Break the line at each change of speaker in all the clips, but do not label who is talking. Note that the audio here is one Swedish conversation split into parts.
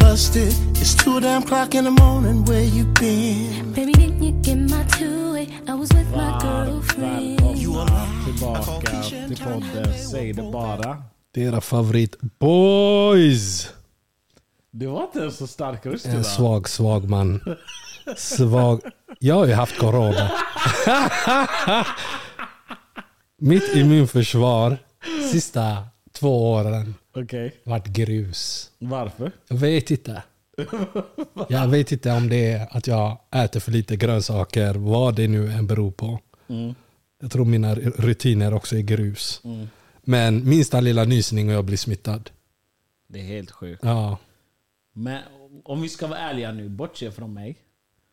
wasted. It's two damn clock in the morning. Where you been?
Baby, didn't you get my two-way? I was with my
Varmt
girlfriend.
välkomna tillbaka till podden Säg det bara.
Det är era favorit boys.
Det var inte en så stark röst
En
idag.
svag, svag man. Svag. Jag har ju haft corona. Mitt immunförsvar sista två åren
Okej,
varit grus.
varför?
Jag vet inte. Jag vet inte om det är att jag äter för lite grönsaker, vad det nu än beror på. Jag tror mina rutiner också är grus. Men minsta lilla nysning och jag blir smittad.
Det är helt sjukt.
Ja.
Men om vi ska vara ärliga nu, bortse från mig.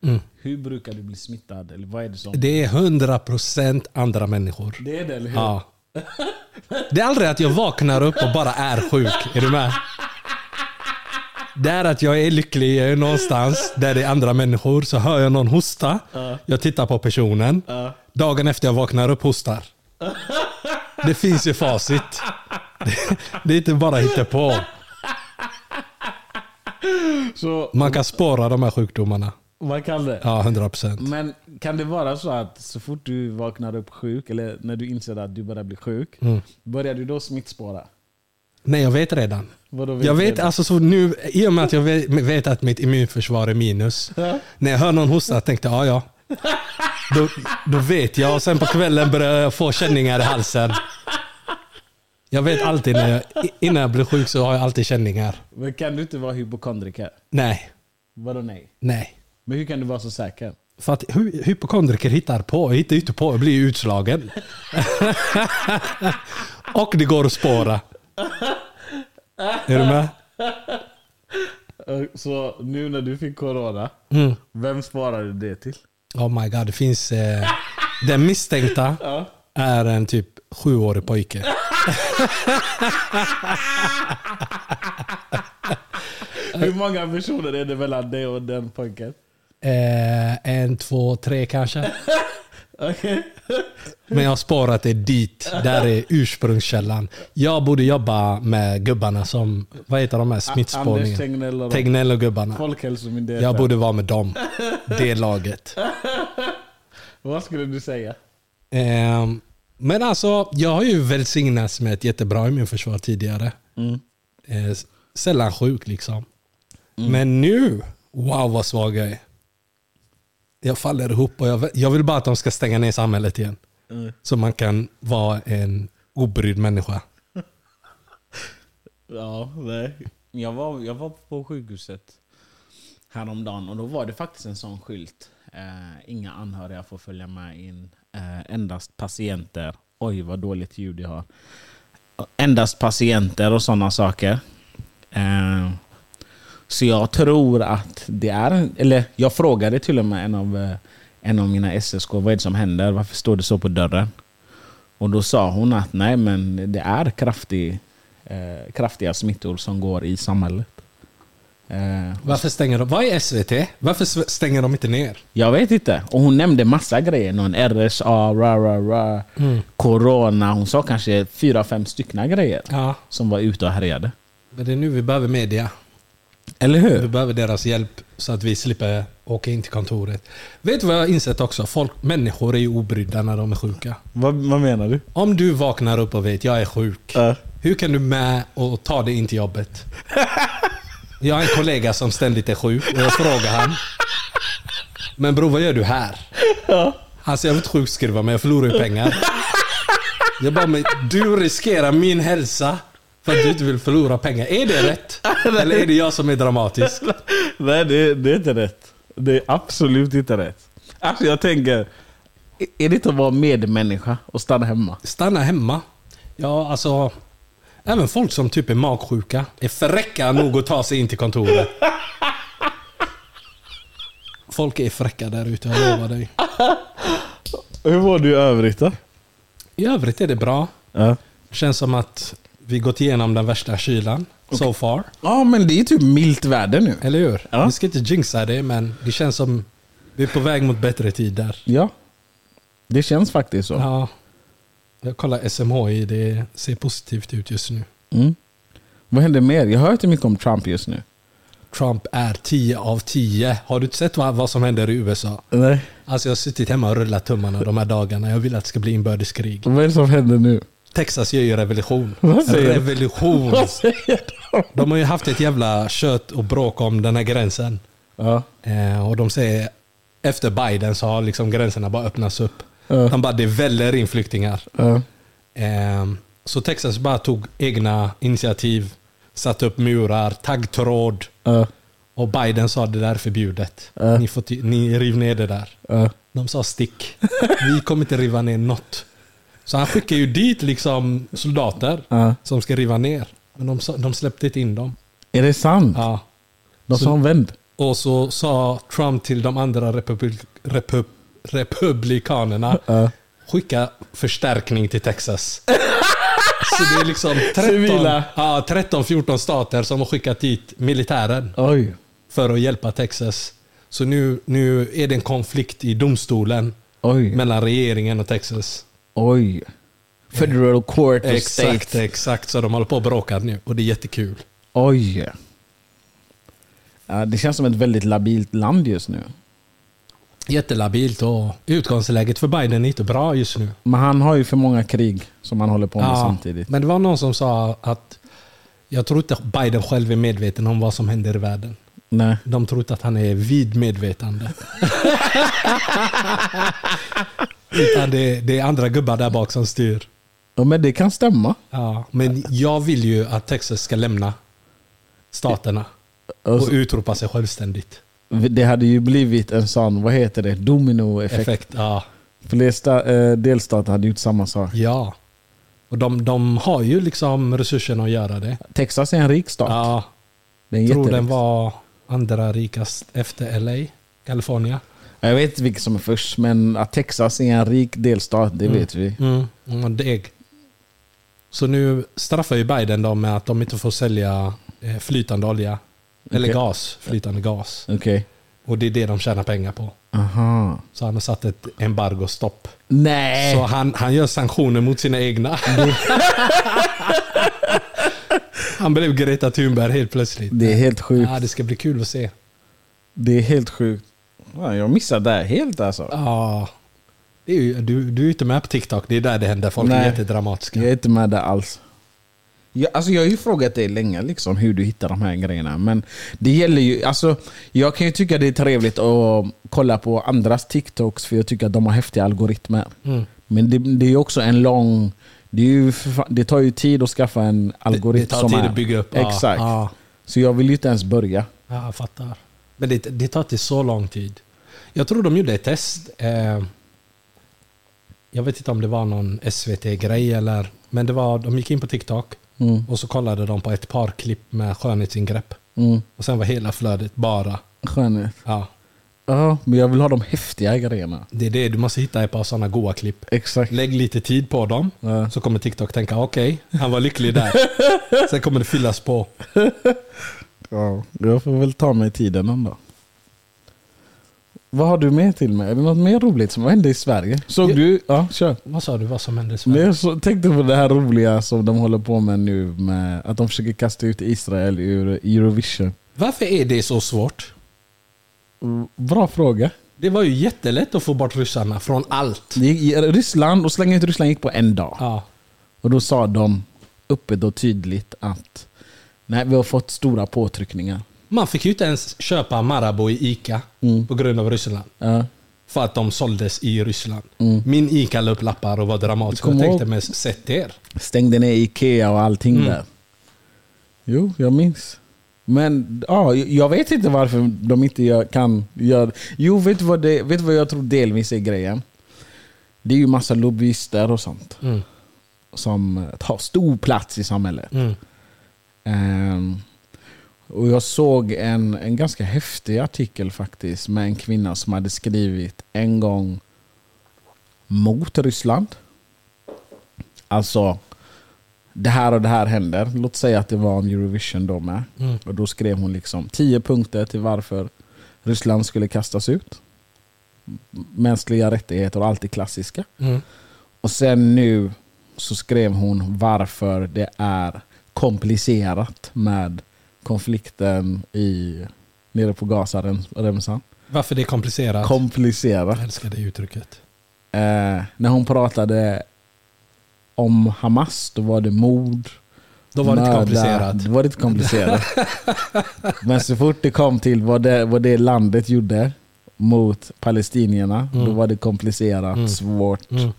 Mm.
Hur brukar du bli smittad? Eller vad är det som...
Det är 100% andra människor.
Det är det, eller hur?
Ja. Det är aldrig att jag vaknar upp och bara är sjuk. Är du med? Det är att jag är lycklig, jag är någonstans där det är andra människor. Så hör jag någon hosta. Jag tittar på personen. Dagen efter jag vaknar upp hostar. Det finns ju facit. Det- Det är inte bara hittepå.
Så
Man kan spåra de här sjukdomarna.
vad kan det?
Ja, 100%.
Men kan det vara så att så fort du vaknar upp sjuk, eller när du inser att du börjar bli sjuk,
Mm.
börjar du då smittspåra?
Nej, jag vet redan.
Vadå
Jag vet,
du?
alltså så nu, i och med att jag vet, vet att mitt immunförsvar är minus.
Ja.
När jag hör någon hosta tänkte jag, "Ah, ja ja. Då, då vet jag. Och sen på kvällen börjar jag få känningar i halsen. Jag vet alltid när jag, i- innan jag blir sjuk så har jag alltid känningar.
Men kan du inte vara hypokondriker?
Nej,
Vadå nej?
nej.
Men hur kan du vara så säker?
För att hy- hypokondriker hittar på, jag hittar ju inte på, jag blir ju utslagen. och det går att spåra. Är du med?
Eh, Så nu när du fick corona,
Mm.
vem sparade du det till?
Oh my god, det finns... Eh, den misstänkta är en typ sjuårig pojke.
Hur många personer är det mellan dig och den pojken?
Eh, en, två, tre kanske.
Okej.
Men jag har sparat det dit. Där är ursprungskällan. Jag borde jobba med gubbarna som... Vad heter de här
Anders
smittspårningen?
Tegnell och de-
Tegnell och gubbarna.
Folkhälsomyndigheten.
Jag borde vara med dem. Det laget.
Vad skulle du säga?
Ehm, men alltså, jag har ju välsignats med ett jättebra immunförsvar tidigare. Eh, s- sällan sjuk liksom. Men nu, wow vad svag jag är. Jag faller ihop och jag, v- jag vill bara att de ska stänga ner samhället igen. Så man kan vara en obrydd människa.
Ja, nej. Jag var, jag var på sjukhuset häromdagen och då var det faktiskt en sån skylt. Eh, inga anhöriga får följa med in. Eh, endast patienter. Oj vad dåligt ljud jag har. Endast patienter och sådana saker. Eh, så jag tror att det är... Eller jag frågade till och med en av, eh, en av mina SSK vad är det som händer? Varför står det så på dörren? Och då sa hon att nej men det är kraftig, eh, kraftiga smittor som går i samhället. Eh,
Varför stänger de? Vad är SVT? Varför s- stänger de inte ner?
jag vet inte. Och hon nämnde massa grejer. Någon RSA, ra, ra, ra, corona. Hon sa kanske fyra, fem stycken grejer
Ja.
som var ute och härjade.
Men det är nu vi behöver media.
Eller
Vi
hur?
behöver deras hjälp så att vi slipper åka in till kontoret. Vet du vad jag har insett också? Folk, människor är ju obrydda när de är sjuka.
Vad, menar du?
Om du vaknar upp och vet jag är sjuk.
Ja.
Hur kan du med och ta dig in till jobbet? Jag har en kollega som ständigt är sjuk och jag frågar han. Men bror, vad gör du här? Han säger jag vill inte sjukskriva mig, jag förlorar ju pengar. Jag bara, men du riskerar min hälsa för att du inte vill förlora pengar. Är det rätt? Eller är det jag som är dramatisk?
Nej, det, det är inte rätt. Det är absolut inte rätt. Alltså jag tänker, är- är det inte att vara medmänniska och stanna hemma?
Stanna hemma. Ja, alltså. Även folk som typ är magsjuka är fräcka nog att ta sig in till kontoret. Folk är fräcka där ute, jag lovar dig.
Hur mår du i övrigt då?
I övrigt är det bra.
Ja.
Känns som att vi gått igenom den värsta kylan so far.
Ja, men det är typ milt väder nu.
Eller hur?
Ja.
Vi ska inte jinxa det, men det känns som vi är på väg mot bättre tider.
Ja. Det känns faktiskt så.
Ja. Jag kollar SMHI, det ser positivt ut just nu.
Mm. Vad händer mer? Jag hör inte mycket om Trump just nu.
Trump är 10 av 10. Har du inte sett vad, vad som händer i USA?
Nej.
Alltså jag har suttit hemma och rullat tummarna de här dagarna. Jag vill att det ska bli inbördeskrig.
Vad är det som händer nu?
Texas gör ju revolution.
Vad säger du?
Revolution!
Vad säger de?
De har ju haft ett jävla kött och bråk om den här gränsen.
Ja.
Eh, och de säger, efter Biden så har liksom gränserna bara öppnats upp. De bara, det väller in flyktingar.
Ja.
Ehm, Så Texas bara tog egna initiativ, satte upp murar, taggtråd.
Ja.
Och Biden sa det där är förbjudet.
Ja.
Ni, får ty- ni riv ner det där.
Ja.
De sa stick. Vi kommer inte riva ner något. Så han skickar ju dit liksom soldater
Ja.
som ska riva ner. Men de, sa- de släppte inte in dem.
Är det sant?
Ja.
De sa vänd.
Och så sa Trump till de andra republik- repub- republikanerna
Ja.
skicka förstärkning till Texas. Så det är liksom 13,
Civila.
ja, 13-14 stater som har skickat dit militären
Oj.
för att hjälpa Texas. Så nu, nu är det en konflikt i domstolen
Oj.
mellan regeringen och Texas.
Oj. Federal Court of
Exakt,
State.
exakt. Så de håller på och bråkar nu och det är jättekul.
Oj. Ja, det känns som ett väldigt labilt land just nu.
Jättelabilt och utgångsläget för Biden är inte bra just nu.
Men han har ju för många krig som han håller på med
Ja,
samtidigt.
Men det var någon som sa att jag tror inte Biden själv är medveten om vad som händer i världen.
Nej.
De tror inte att han är vid medvetande. Utan det, det är andra gubbar där bak som styr.
Ja, men det kan stämma.
Ja, men jag vill ju att Texas ska lämna staterna och
Alltså,
utropa sig självständigt.
det hade ju blivit en sån, vad heter det, dominoeffekt.
Effekt. Ja.
Fler sta, eh, delstater hade gjort samma sak.
ja. Och de, de har ju liksom resurserna att göra det.
Texas är en rik stat.
Ja,
det är en
tror den
jätterik-
var andra rikast efter LA, Kalifornien.
Jag vet inte vilket som är först, men att Texas är en rik delstat, det vet vi.
Mm, mm, deg. Så nu straffar ju Biden dem med att de inte får sälja eh, flytande olja. Eller
Okej.
gas, flytande gas.
Okej.
Och det är det de tjänar pengar på.
Aha.
Så han har satt ett embargostopp.
Nej!
Så han, han gör sanktioner mot sina egna. han blev Greta Thunberg helt plötsligt.
Det är helt sjukt.
Ja, det ska bli kul att se.
Det är helt sjukt. Ja, jag missade det här helt alltså.
Ja, det är ju, du, du är inte med på TikTok, det är där det händer. Folk är
Nej.
jättedramatiska.
Jag är inte med där alls. Jag, alltså jag har ju frågat dig länge liksom, hur du hittar de här grejerna. Men det gäller ju, alltså, jag kan ju tycka det är trevligt att kolla på andras TikToks för jag tycker att de har häftiga algoritmer.
Mm.
Men det, det är ju också en lång... Det, är ju för fan, det tar ju tid att skaffa en algoritm
det tar
som
tid
är...
att bygga upp. Ja,
Exakt.
ja.
Så jag vill ju inte ens börja.
Ja, jag fattar. Men det, det tar inte så lång tid. Jag tror de gjorde ett test. Eh, jag vet inte om det var någon SVT-grej eller... Men det var, de gick in på TikTok
Mm.
och så kollade de på ett par klipp med skönhetsingrepp.
Mm.
Och sen var hela flödet bara...
Skönhet.
Ja,
Ja, men jag vill ha de häftiga grejerna.
det är det. Du måste hitta ett par sådana goa klipp.
Exakt.
Lägg lite tid på dem.
Ja.
Så kommer TikTok tänka okej, han var lycklig där. sen kommer det fyllas på.
Ja, jag får väl ta mig tiden ändå. Vad har du med till mig? Är det något mer roligt som hände i Sverige? Såg
Ja.
du? Ja, kör.
Vad sa du? Vad som hände i
Men
Sverige?
jag så, tänkte på det här roliga som de håller på med nu. Med att de försöker kasta ut Israel ur Eurovision.
Varför är det så svårt?
Mm, Bra fråga.
Det var ju jättelätt att få bort ryssarna från allt.
Det gick i Ryssland och slänga ut Ryssland gick på en dag.
Ja.
Och då sa de öppet och tydligt att nej, vi har fått stora påtryckningar.
Man fick ju inte ens köpa Marabou i Ica
Mm.
på grund av Ryssland.
Ja.
För att de såldes i Ryssland.
Mm.
Min Ica la upp lappar och var dramatisk. Jag
Kommer
tänkte,
ihåg-
men sätt er.
Stängde ner Ikea och allting
Mm.
där. Jo, jag minns. Men ja, jag vet inte varför de inte gör, kan göra Jo, vet du, vad det, vet du vad jag tror delvis är grejen? Det är ju massa lobbyister och sånt
Mm.
som tar stor plats i samhället.
Mm.
Ehm, och jag såg en, en ganska häftig artikel faktiskt med en kvinna som hade skrivit en gång mot Ryssland. Alltså, det här och det här händer. Låt säga att det var om Eurovision då med.
Mm.
Och då skrev hon liksom 10 punkter till varför Ryssland skulle kastas ut. Mänskliga rättigheter och allt det klassiska.
Mm.
Och sen nu så skrev hon varför det är komplicerat med konflikten i, nere på Gazaremsan.
Varför det är komplicerat?
Komplicerat.
Jag älskar det uttrycket.
Eh, när hon pratade om Hamas, då var det mord.
Då var det inte
mörda.
komplicerat.
Då var det inte komplicerat. Men så fort det kom till vad det, vad det landet gjorde mot palestinierna, då
Mm.
var det komplicerat,
Mm.
svårt
Mm.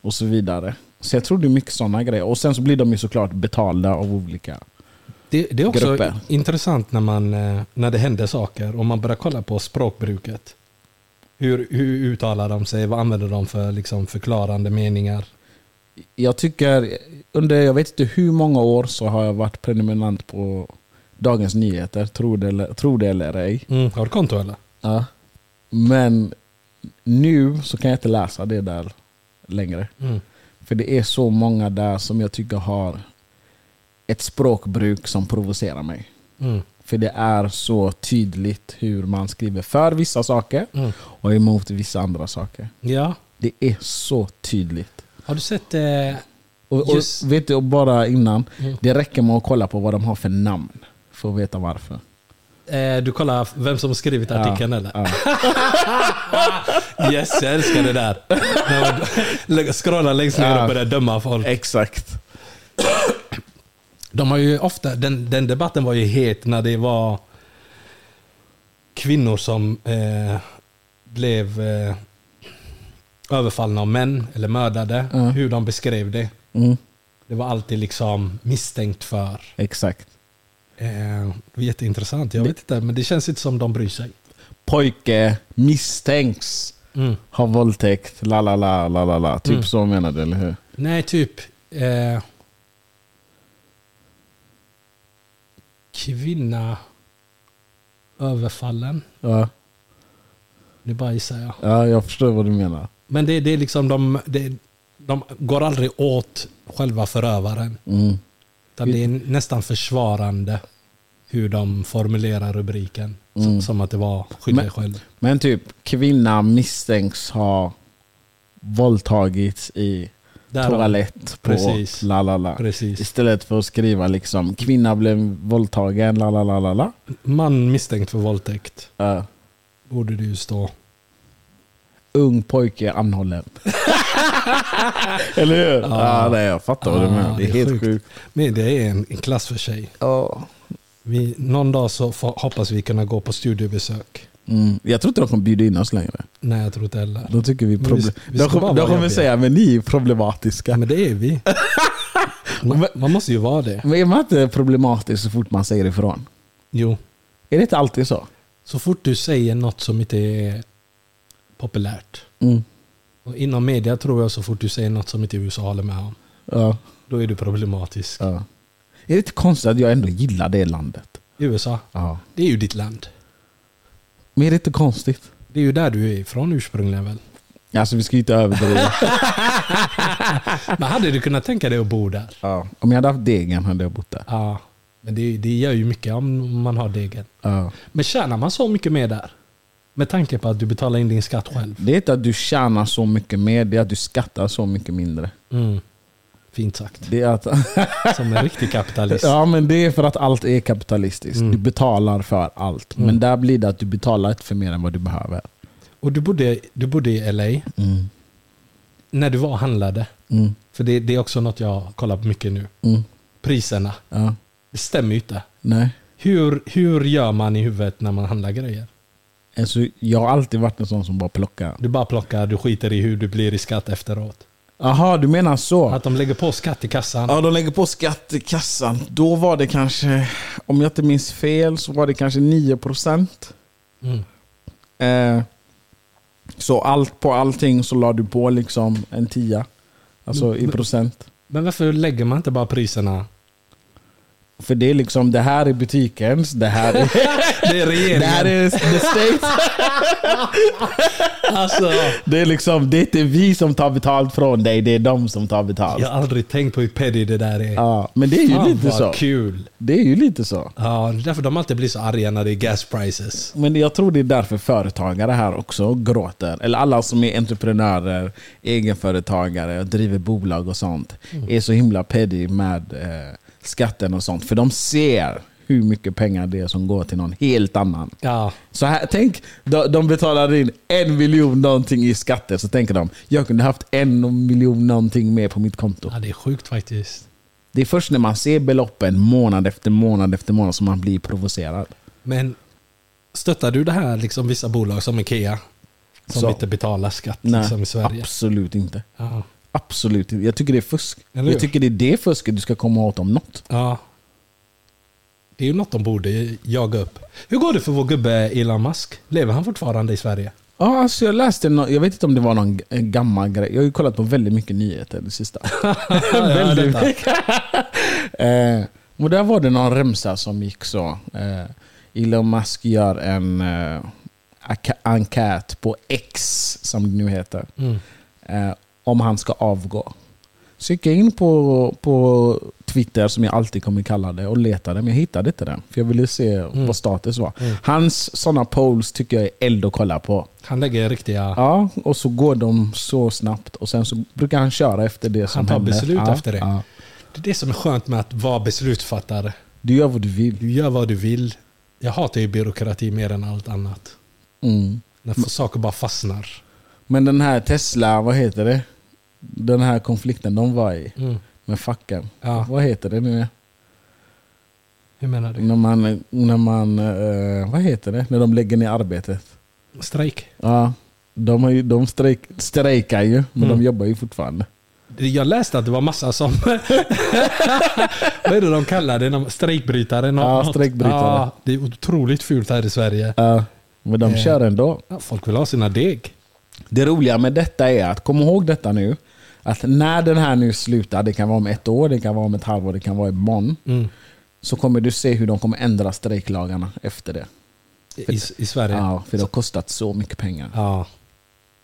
och så vidare. Så jag tror det är mycket sådana grejer. Och sen så blir de ju såklart betalda av olika.
Det, det är också
Grupper.
intressant när, man, eh, när det händer saker och man börjar kolla på språkbruket. Hur, hur uttalar de sig? Vad använder de för liksom, förklarande meningar?
Jag tycker, under jag vet inte hur många år så har jag varit prenumerant på Dagens Nyheter, tro det eller, tro det eller ej.
Mm. Har du konto eller?
Ja. Men nu så kan jag inte läsa det där längre.
Mm.
För det är så många där som jag tycker har ett språkbruk som provocerar mig.
Mm.
För det är så tydligt hur man skriver för vissa saker
Mm.
och emot vissa andra saker.
Ja.
Det är så tydligt.
Har du sett... Eh,
Och,
Just-
och vet du, och bara innan,
Mm.
det räcker med att kolla på vad de har för namn för att veta varför.
eh, du kollar vem som har skrivit
Ja.
artikeln eller?
Ja.
Yes, jag älskar det där. När man scrollar längst ner
Ja.
och börjar döma folk.
Exakt.
De har ju ofta, den, den debatten var ju het när det var kvinnor som eh, blev eh, överfallna av män eller mördade.
Ja.
Hur de beskrev det.
Mm.
Det var alltid liksom misstänkt för.
Exakt.
Eh, det var jätteintressant. Jag vet inte, men det känns inte som de bryr sig.
Pojke misstänks har våldtäkt, la la la la la la. Typ
Mm.
så menar du, eller hur?
Nej, typ. Eh, kvinna överfallen.
Ja,
Nu bara gissar jag.
ja jag förstår vad du menar.
Men det, det är liksom de, det, de går aldrig åt själva förövaren.
Mm.
Utan det är nästan försvarande hur de formulerar rubriken.
Mm.
Som, som att det var skyll dig
Men-
själv.
Men typ, kvinna misstänks ha våldtagits i
Där
toalett på
Precis.
la la la.
Precis.
Istället för att skriva liksom kvinna blev våldtagen, la la la la la.
Man misstänkt för våldtäkt
Ja.
borde det ju stå.
ung pojke anhållen. eller hur? Ja, nej, jag fattar vad du
Ah,
menar. Det är helt sjukt.
Men det är en, en klass för sig.
Ja.
Vi, någon dag så får, hoppas vi kunna gå på studiebesök.
Mm. Jag tror inte de kommer bjuda in oss längre.
Nej, jag tror inte heller.
Då tycker vi...
Men vi-
Problem-
vi
de
ska bara
kommer, de
vara
kommer
jobbiga.
säga men ni är problematiska.
Ja, men det är vi. Man, man måste ju vara det.
Men är man inte problematisk så fort man säger ifrån?
Jo.
Är det inte alltid så?
Så fort du säger något som inte är populärt.
Mm.
Och inom media tror jag så fort du säger något som inte USA håller med om.
Ja,
Då är du problematisk.
ja. Är det inte konstigt att jag ändå gillar det landet?
USA,
Ja.
det är ju ditt land.
Men är det inte konstigt?
Det är ju där du är ifrån ursprungligen väl?
Alltså vi ska ju inte överdriva.
Men hade du kunnat tänka dig att bo där?
ja. Om jag hade haft degen hade jag bott där.
Ja. Men det, det gör ju mycket om man har degen.
Ja.
Men tjänar man så mycket mer där? Med tanke på att du betalar in din skatt själv.
Det är inte att du tjänar så mycket mer, det är att du skattar så mycket mindre.
Mm. Fint sagt.
Det är att,
Som en riktig kapitalist.
ja, men det är för att allt är kapitalistiskt.
Mm.
Du betalar för allt.
Mm.
Men där blir det att du betalar inte för mer än vad du behöver.
Och du bodde, du bodde i LA
Mm.
när du var och handlade.
Mm.
För det, det är också något jag kollar på mycket nu.
Mm.
Priserna.
Ja.
Det stämmer ju inte.
Nej.
Hur, hur gör man i huvudet när man handlar grejer?
Alltså, jag har alltid varit en sån som bara plockar.
Du bara plockar, du skiter i hur du blir i skatt efteråt.
Jaha, du menar så?
Att de lägger på skatt i kassan.
Ja, de lägger på skatt i kassan. Då var det kanske, om jag inte minns fel, så var det kanske 9%.
Mm.
Eh, så allt på allting så la du på liksom en tia. Alltså
Mm.
i procent.
Men varför lägger man inte bara priserna?
För det är liksom, det här är butikens, det här är,
Det är regeringen.
det här är the state.
Alltså,
Det är liksom, det är inte vi som tar betalt från dig, det är de som tar betalt.
jag
Ja.
har aldrig tänkt på hur petty det där är.
men det är ju
Fan,
lite
vad
så.
kul.
Det är ju lite så.
Ja, det är därför de alltid blir så arga när det är gas prices.
Men jag tror det är därför företagare här också gråter. Eller alla som är entreprenörer, egenföretagare, och driver
Mm.
bolag och sånt. Är så himla petty med eh, skatten och sånt. För de ser hur mycket pengar det är som går till någon helt annan.
Ja.
Så här, tänk, de, de betalar in en miljon någonting i skatter, så tänker de jag kunde haft en miljon någonting mer på mitt konto.
ja, det är sjukt faktiskt.
Det är först när man ser beloppen månad efter månad efter månad som man blir provocerad.
Men stöttar du det här, liksom vissa bolag som Ikea? Som
Så.
inte betalar skatt
Nej,
liksom, i Sverige?
absolut inte.
Ja.
Absolut inte. Jag tycker det är fusk.
Eller hur?
Jag tycker det är det fusket du ska komma åt om något.
ja. Det är ju något de borde jaga upp. Hur går det för vår gubbe Elon Musk? Lever han fortfarande i Sverige?
Ja, alltså jag läste, nå- jag vet inte om det var någon g- en gammal grej. Jag har ju kollat på väldigt mycket nyheter det sista. väldigt
detta.
mycket. eh, och där var det någon remsa som gick så. Eh, Elon Musk gör en eh, anka- enkät på X, som det nu heter.
Mm.
eh, om han ska avgå. Så gick jag in på, på Twitter, som jag alltid kommer kalla det, och letade, men jag hittade inte den. För jag ville se
Mm.
vad status var. Hans sådana polls tycker jag är eld att kolla på.
Han lägger riktiga...
Ja, och så går de så snabbt och sen så brukar han köra efter det som
tar
händer.
beslut
ja,
efter det.
Ja.
Det är det som är skönt med att vara beslutsfattare.
Du gör vad du vill.
Du gör vad du vill. Jag hatar ju byråkrati mer än allt annat.
Mm.
När f- saker bara fastnar.
Men den här Tesla, vad heter det? Den här konflikten de var i
Mm.
med facken.
Ja.
Vad heter det nu?
Hur menar du?
När man, när man eh, vad heter det? När de lägger ner arbetet.
Strejk?
Ja, de, har ju, de strejk, strejkar ju, men
Mm.
de jobbar ju fortfarande.
Jag läste att det var massa som... Vad är det de kallar det? Någon Strejkbrytare? nå-
Ja,
något.
strejkbrytare.
Ja, det är otroligt fult här i Sverige.
Ja, men
Eh.
de kör ändå.
Ja, Folk vill ha sina deg.
Det roliga med detta är att, kom ihåg detta nu, att när den här nu slutar, det kan vara om ett år, det kan vara om ett halvår, det kan vara imorgon,
Mm.
så kommer du se hur de kommer ändra strejklagarna efter det.
I, I Sverige. Ja.
Ja, för det har kostat så mycket pengar.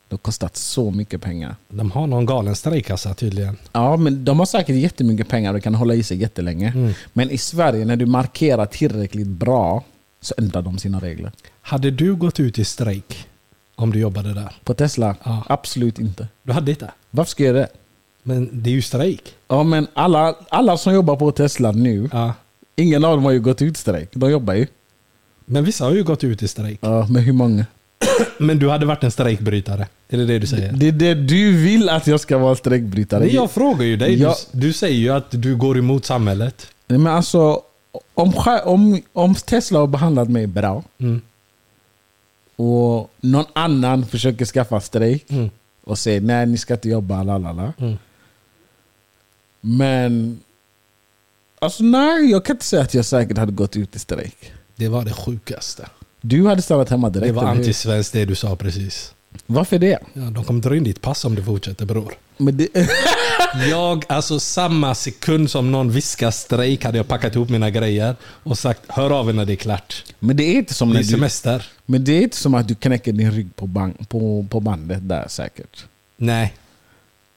Det har kostat så mycket pengar.
De har någon galen strejkkassa tydligen.
Ja, men de har säkert jättemycket pengar och kan hålla i sig jättelänge.
Mm.
Men i Sverige, när du markerar tillräckligt bra, så ändrar de sina regler.
Hade du gått ut i strejk om du jobbade där?
På Tesla?
Ja.
Absolut inte.
Du hade inte?
Varför ska jag göra det?
Men det är ju strejk.
Ja, men alla, alla som jobbar på Tesla nu,
Ja.
ingen av dem har ju gått ut strejk. De jobbar ju.
Men vissa har ju gått ut i strejk.
Ja, men hur många?
Men du hade varit en strejkbrytare? Är det det du säger?
Det är det du vill att jag ska vara strejkbrytare.
Nej, jag frågar ju dig.
Jag-
Du, du säger ju att du går emot samhället.
Nej, men alltså, om, skä- om, om Tesla har behandlat mig bra
Mm.
och någon annan försöker skaffa strejk
Mm.
och säger nej, ni ska inte jobba, lalala.
Mm.
Men... Alltså nej, jag kan inte säga att jag säkert hade gått ut i strejk.
Det var det sjukaste.
Du hade stannat hemma direkt.
Det var
eller hur?
antisvenskt det du sa precis.
Varför det?
Ja, de kommer dra in ditt pass om du fortsätter bror.
Men det
Jag, alltså samma sekund som någon viskar strejk hade jag packat ihop mina grejer och sagt hör av er när det är klart.
men det är inte som,
Det
när
är
du,
semester.
men det är inte som att du knäcker din rygg på, ban- på, på bandet där säkert.
Nej.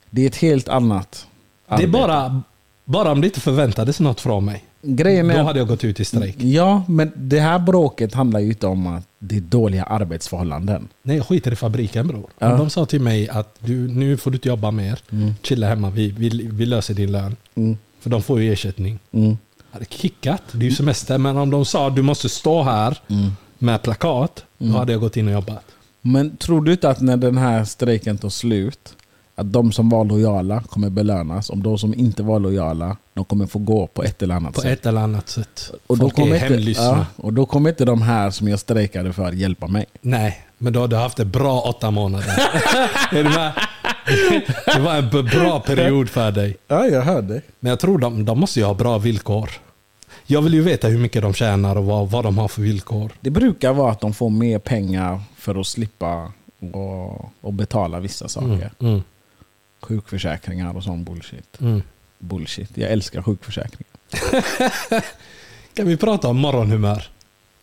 Det är ett helt annat
Det är
arbete.
bara, bara om det inte förväntades något från mig.
Grejen
Då
är,
hade jag gått ut i strejk.
Ja, men det här bråket handlar ju inte om att det är dåliga arbetsförhållanden.
Nej, jag skiter i fabriken bror.
Ja. Mm.
Om De sa till mig att du, nu får du inte jobba mer. Chilla hemma, vi, vi, vi löser din lön. För de får ju ersättning.
Mm.
Jag hade kickat, det är ju semester. Men om de sa att du måste stå här
Mm.
med plakat, då hade jag gått in och jobbat.
Men tror du inte att när den här strejken tar slut, att de som var lojala kommer belönas? Om de som inte var lojala, de kommer få gå på ett eller annat
På
sätt.
ett eller annat sätt.
Och då,
Folk är
kommer inte,
hemlyssna.
ja, och då kommer inte de här som jag strejkade för hjälpa mig.
Nej, men då har du haft det bra åtta månader. Är du med? det var en b- bra period för dig.
Ja, jag hör dig.
Men jag tror de, de måste ju ha bra villkor. Jag vill ju veta hur mycket de tjänar och vad, vad de har för villkor.
Det brukar vara att de får mer pengar för att slippa och, och betala vissa saker.
Mm.
Sjukförsäkringar och sån bullshit.
Mm.
Bullshit. Jag älskar sjukförsäkringar.
Kan vi prata om morgonhumör?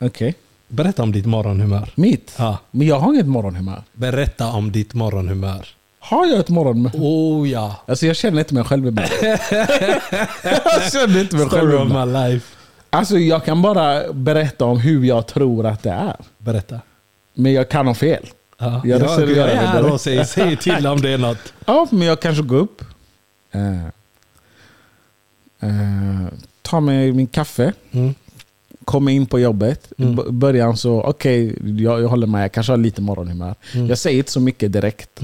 Okej.
Berätta om ditt morgonhumör.
Mitt?
Ja.
Men jag har inget morgonhumör.
Berätta om ditt morgonhumör.
Har jag ett morgonhumör?
Oh ja.
Alltså jag känner inte mig själv ibland. jag känner inte mig själv
Story of
ibland.
my life.
Alltså jag kan bara berätta om hur jag tror att det är.
Berätta.
Men jag kan ha fel.
Ja.
Jag reserverar
jag
mig
är här
direkt.
och säger, säg till om det är något.
Ja, men jag kanske går upp. Eh, eh, tar mig min kaffe.
Mm.
kommer in på jobbet. I b- början så, okej, jag, jag håller med. Jag kanske har lite morgonhumör. Jag säger inte så mycket direkt.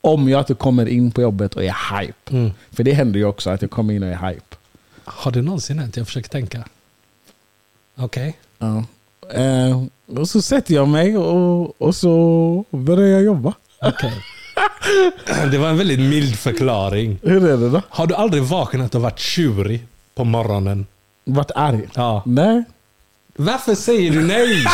Om jag inte kommer in på jobbet och är hype. För det händer ju också att jag kommer in och är hype.
Har det någonsin hänt? Jag försöker tänka. Okej.
Ja. Eh, och så sätter jag mig och, och så börjar jag jobba.
okej. Det var en väldigt mild förklaring.
Hur är det då?
Har du aldrig vaknat och varit tjurig på morgonen?
Vart arg?
Ja.
Nej.
Varför säger du nej?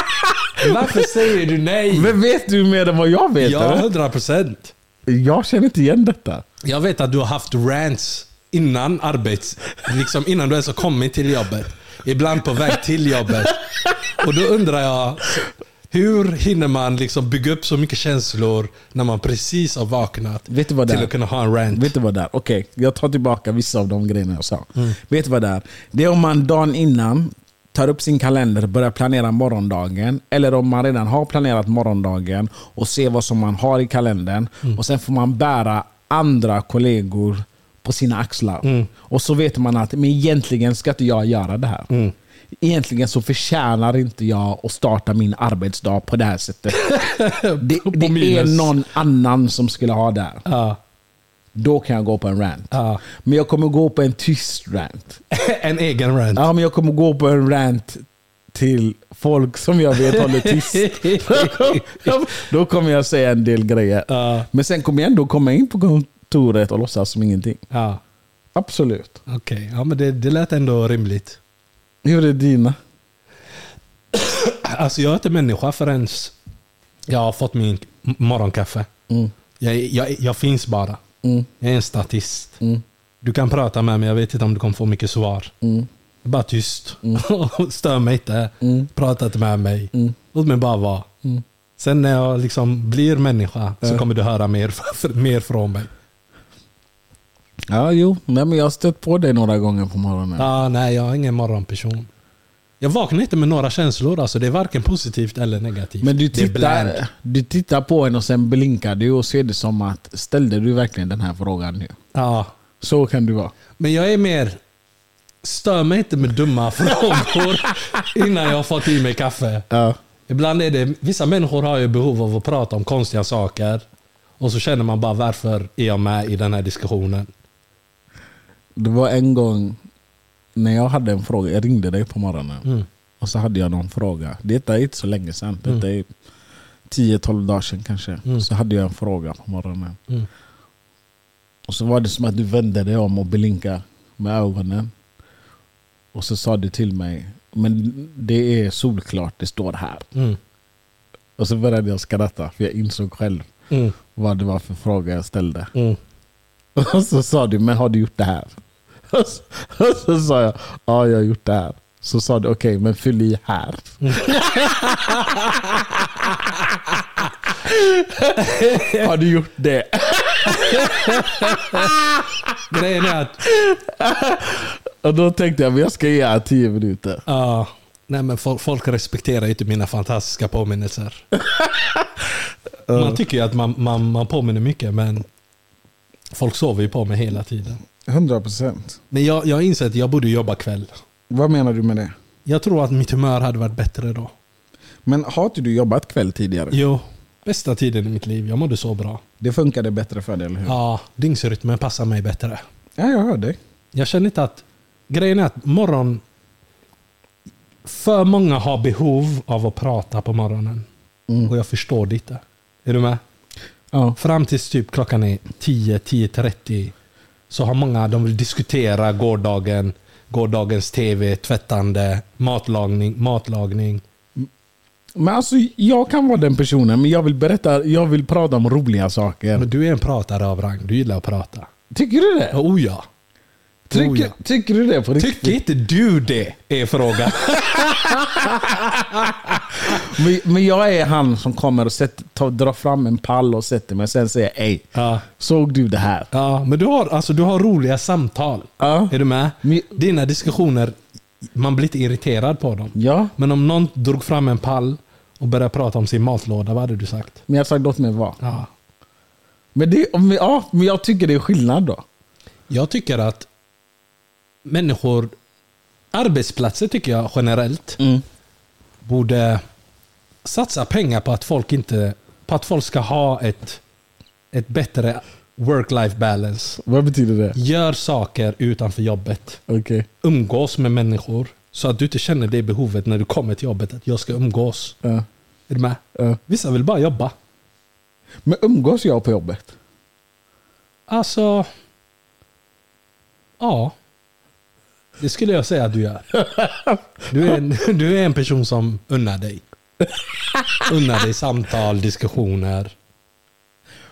Varför säger du nej?
Men vet du mer än vad jag vet?
Ja,
eller?
hundra procent.
Jag känner inte igen detta.
Jag vet att du har haft rants innan arbets... Liksom innan du ens har kommit till jobbet. Ibland på väg till jobbet. Och då undrar jag, hur hinner man liksom bygga upp så mycket känslor när man precis har vaknat
Vet du vad det
till
är?
att kunna ha en rant?
Vet du vad det är? Okej, jag tar tillbaka vissa av de grejerna jag sa. Vet du vad det är? Det är om man dagen innan tar upp sin kalender och börjar planera morgondagen. Eller om man redan har planerat morgondagen och ser vad som man har i kalendern. Och Sen får man bära andra kollegor på sina axlar. Och så vet man att men egentligen ska inte jag göra det här. Egentligen så förtjänar inte jag att starta min arbetsdag på det här sättet. Det, det är
minus.
någon annan som skulle ha det här
Ja.
då kan jag gå på en rant.
Ja.
Men jag kommer gå på en tyst rant.
En egen rant.
Ja, men jag kommer gå på en rant till folk som jag vet håller tyst. då kommer jag säga en del grejer.
Ja.
Men sen kommer jag ändå komma in på kontoret och låtsas som ingenting.
Ja,
Absolut.
Okej, ja, men det, det lät ändå rimligt.
Hur är dina?
Alltså jag är inte människa förrän jag har fått min m- morgonkaffe. Jag, är- jag, är- jag finns bara. Jag är en statist. Du kan prata med mig, jag vet inte om du kommer få mycket svar. Bara tyst. Stör mig inte. Prata inte med mig. Låt mig bara vara. Sen när jag liksom blir människa så kommer du höra mer, mer från mig.
Ja, jo. Nej, men jag har stött på dig några gånger på morgonen.
Ah, nej, jag är ingen morgonperson. Jag vaknar inte med några känslor. Alltså, det är varken positivt eller negativt.
Men du
Det är bland.
tittar, du tittar på en och sen blinkar du och ser det som att ställde du verkligen den här frågan nu?
Ja.
Så kan du vara.
Men jag är mer... Stör mig inte med dumma frågor innan jag har fått i mig kaffe.
Ja.
Ibland är det... Vissa människor har ju behov av att prata om konstiga saker. Och så känner man bara varför är jag med i den här diskussionen?
Det var en gång när jag hade en fråga. Jag ringde dig på morgonen.
Mm.
Och så hade jag någon fråga. Detta är inte så länge sedan. Detta är 10-12 dagar sedan kanske. Så hade jag en fråga på morgonen.
Mm.
Och så var det som att du vände dig om och blinkade med ögonen. Och så sa du till mig, men det är solklart, det står här.
Mm.
Och så började jag skratta, för jag insåg själv
Mm.
vad det var för fråga jag ställde.
Mm.
Och så sa du, men har du gjort det här? Och så, och så sa jag, ja jag har gjort det här. Så sa du, okej men fyll i här. har du gjort det?
Grejen är att...
Och då tänkte jag, men jag ska ge er tio minuter.
ja, nej men folk, folk respekterar ju inte mina fantastiska påminnelser. Man tycker ju att man, man, man påminner mycket, men folk sover ju på mig hela tiden.
100 procent.
Men jag, jag har insett att jag borde jobba kväll.
Vad menar du med det?
Jag tror att mitt humör hade varit bättre då.
Men har inte du jobbat kväll tidigare?
Jo, bästa tiden i mitt liv. Jag mådde så bra.
Det funkade bättre för dig, eller hur?
Ja, dygnsrytmen passar mig bättre.
Ja, jag hör dig.
Jag känner inte att... Grejen är att morgon... För många har behov av att prata på morgonen. Och jag förstår det inte. Är du med?
Ja.
Fram tills typ klockan är 10, 10.30 så har många, de vill diskutera gårdagen, gårdagens tv, tvättande, matlagning, matlagning.
Men alltså, jag kan vara den personen, men jag vill berätta, jag vill prata om roliga saker.
Men du är en pratare av rang. Du gillar att prata.
Tycker du det?
Oh ja.
Tycker,
Oh, ja.
tycker du det på riktigt?
Tycker inte du det? Är frågan.
Men, men jag är han som kommer och sätter, tar, drar fram en pall och sätter mig och sen säger ej,
ja.
såg du det här?
ja, men du har, alltså, du har roliga samtal.
Ja.
Är du med?
Men-
Dina diskussioner, man blir lite irriterad på dem.
Ja,
Men om någon drog fram en pall och började prata om sin matlåda, vad hade du sagt?
men jag har sagt låt mig vara.
Ja.
Men, det, men, ja, men jag tycker det är skillnad då.
Jag tycker att människor arbetsplatser tycker jag generellt
Mm.
borde satsa pengar på att folk, inte, på att folk ska ha ett, ett bättre work-life balance.
Vad betyder det?
Gör saker utanför jobbet.
Okej.
Umgås med människor så att du inte känner det behovet när du kommer till jobbet att jag ska umgås.
Ja.
Är du med?
Ja.
Vissa vill bara jobba.
Men umgås jag på jobbet?
Alltså... Ja. Det skulle jag säga att du gör. Du är en, du är en person som unnar dig. Unnar dig samtal, diskussioner.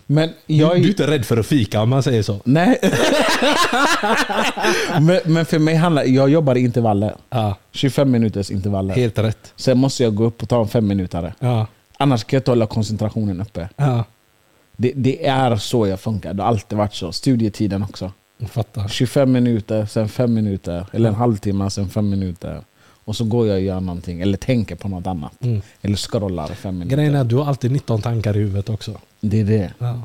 Men
Du,
jag
du är
är...
inte rädd för att fika om man säger så.
Nej. men, men för mig handlar Jag jobbar i intervaller.
Ja,
25 minuters intervaller.
helt rätt.
Sen måste jag gå upp och ta en fem minutare.
Ja,
Annars kan jag inte hålla koncentrationen uppe.
ja.
Det, det är så jag funkar. Det har alltid varit så. Studietiden också.
Jag fattar.
25 minuter, sen 5 minuter. Eller en halvtimme, sen 5 minuter. Och så går jag och gör någonting. Eller tänker på något annat.
Mm.
Eller scrollar i 5 minuter.
Grejen är att du har alltid 19 tankar i huvudet också.
Det är det.
Ja.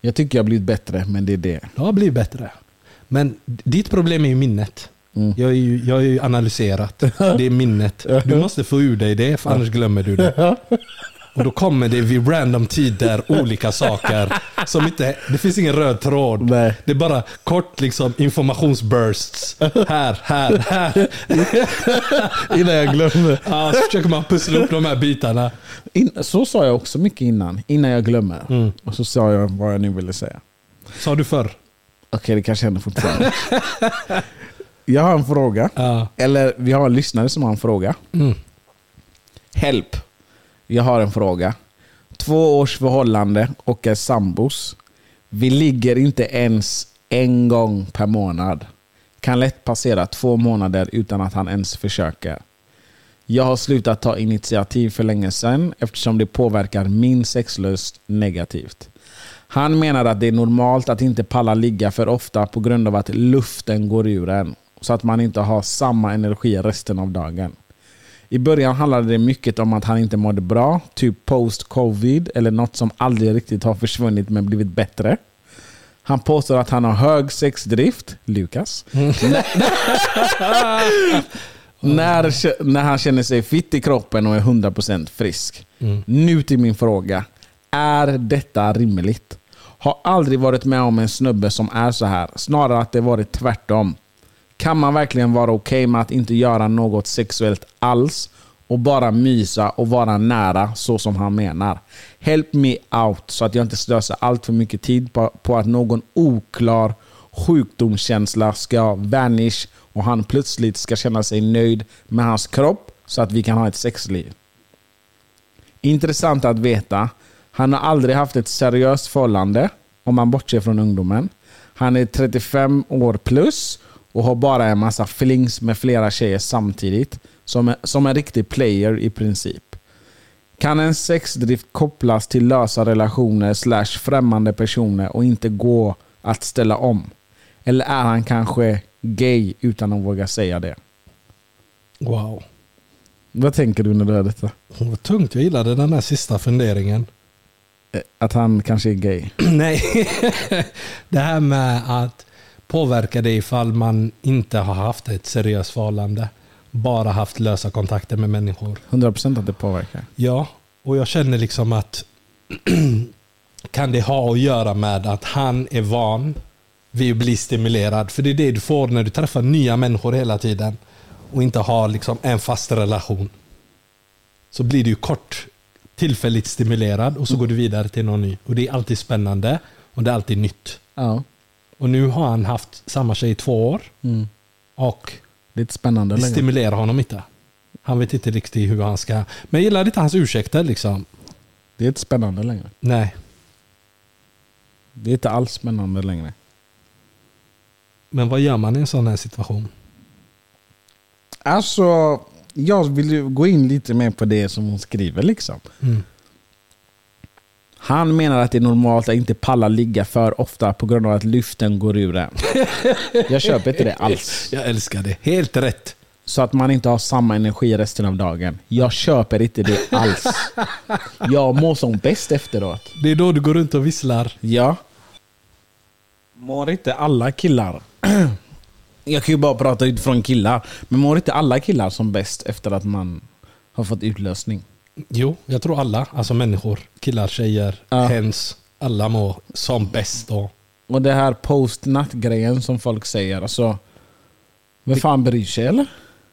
Jag tycker jag har blivit bättre, men det är det.
Det har blivit bättre. Men ditt problem är ju minnet.
Mm.
Jag har ju, jag har ju analyserat. Det är minnet. Du måste få ur dig det, för annars glömmer du det. Och då kommer det vid random tider olika saker. Som inte, det finns ingen röd tråd.
Nej.
Det är bara kort liksom, informationsbursts. Här, här, här.
Innan jag glömmer.
Ja, så försöker man pussla ihop de här bitarna.
In, så sa jag också mycket innan. Innan jag glömmer. Och så sa jag vad jag nu ville säga.
Sa du förr?
Okej, det kanske händer fortfarande. jag har en fråga.
Ja.
Eller vi har en lyssnare som har en fråga.
Mm.
Help! Jag har en fråga. Två års förhållande och är sambos. Vi ligger inte ens en gång per månad. Kan lätt passera två månader utan att han ens försöker. Jag har slutat ta initiativ för länge sedan eftersom det påverkar min sexlust negativt. Han menar att det är normalt att inte palla ligga för ofta på grund av att luften går ur en. Så att man inte har samma energi resten av dagen. I början handlade det mycket om att han inte mådde bra, typ post-covid eller något som aldrig riktigt har försvunnit men blivit bättre. Han påstår att han har hög sexdrift, Lukas. när, när han känner sig fit i kroppen och är 100% frisk. Nu till min fråga. Är detta rimligt? Har aldrig varit med om en snubbe som är så här. Snarare att det varit tvärtom. Kan man verkligen vara okej med att inte göra något sexuellt alls och bara mysa och vara nära så som han menar? Help me out så att jag inte slösar allt för mycket tid på, på att någon oklar sjukdomskänsla ska vanish och han plötsligt ska känna sig nöjd med hans kropp så att vi kan ha ett sexliv. Intressant att veta. Han har aldrig haft ett seriöst förhållande, om man bortser från ungdomen. Han är 35 år plus och har bara en massa flings med flera tjejer samtidigt. Som, som en riktig player i princip. Kan en sexdrift kopplas till lösa relationer slash främmande personer och inte gå att ställa om? Eller är han kanske gay utan att våga säga det?
Wow.
Vad tänker du när du hör detta?
Vad tungt. Jag gillade den här sista funderingen.
Eh, Att han kanske är gay?
Nej, det här med att påverka det ifall man inte har haft ett seriöst förhållande. Bara haft lösa kontakter med människor.
100% att det påverkar.
Ja, och jag känner liksom att kan det ha att göra med att han är van vid att bli stimulerad? För det är det du får när du träffar nya människor hela tiden och inte har liksom en fast relation. Så blir du ju kort tillfälligt stimulerad och så går du vidare till någon ny. Och det är alltid spännande och det är alltid nytt.
Ja.
Och nu har han haft samma tjej i två år och
Det är ett spännande
det
läge.
stimulerar honom inte. Han vet inte riktigt hur han ska... Men jag gillar inte hans ursäkter liksom.
Det är ett spännande längre.
Nej,
Det är inte alls spännande längre.
men vad gör man i en sån här situation?
Alltså, jag vill ju gå in lite mer på det som hon skriver. liksom.
Mm.
Han menar att det är normalt att inte palla ligga för ofta på grund av att lyften går ur en. Jag köper inte det alls.
Jag älskar det. Helt rätt.
Så att man inte har samma energi resten av dagen. Jag köper inte det alls. Jag mår som bäst efteråt.
Det är då du går runt och visslar.
Ja. Mår inte alla killar Jag kan ju bara prata utifrån killar. Men mår inte alla killar som bäst efter att man har fått utlösning?
Jo, jag tror alla, alltså människor, killar, tjejer,
Ja.
hens, alla mår som bäst då.
Och det här post-natt-grejen som folk säger. Alltså, vem fan bryr sig eller?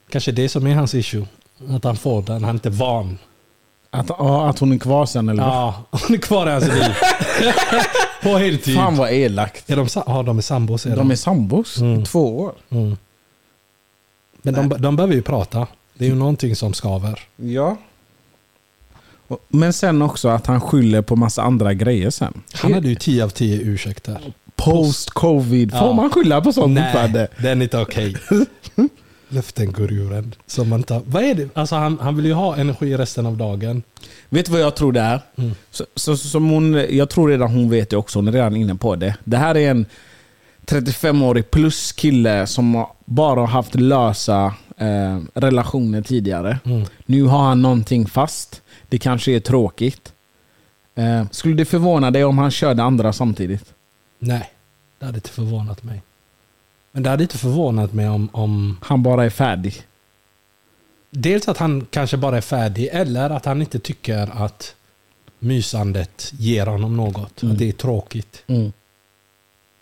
Kanske det som är hans issue. Att han får den, han är inte van.
Att, ja, att hon är kvar sen eller? vad?
Ja, hon är kvar i hans liv. På heltid.
Fan vad elakt.
Är de, sa- ja, de är sambos. Är de.
De är sambos i två år.
Mm. Men de, de behöver ju prata. Det är ju någonting som skaver.
Ja. Men sen också att han skyller på massa andra grejer sen.
Han hade ju 10 av 10 ursäkter.
Post-covid. Får
Ja.
man skylla på sånt fortfarande?
den är inte okej. Löften går ur en. Som man tar. Vad är det? Alltså han, han vill ju ha energi resten av dagen.
Vet du vad jag tror det är? Så, så, så- som hon, jag tror redan hon vet det också, hon är redan inne på det. Det här är en 35-årig plus kille som har- bara har haft lösa eh, relationer tidigare. Nu har han någonting fast. Det kanske är tråkigt. Eh, skulle det förvåna dig om han körde andra samtidigt?
Nej, det hade inte förvånat mig. Men det hade inte förvånat mig om, om
Han bara är färdig.
dels att han kanske bara är färdig eller att han inte tycker att mysandet ger honom något. Att det är tråkigt.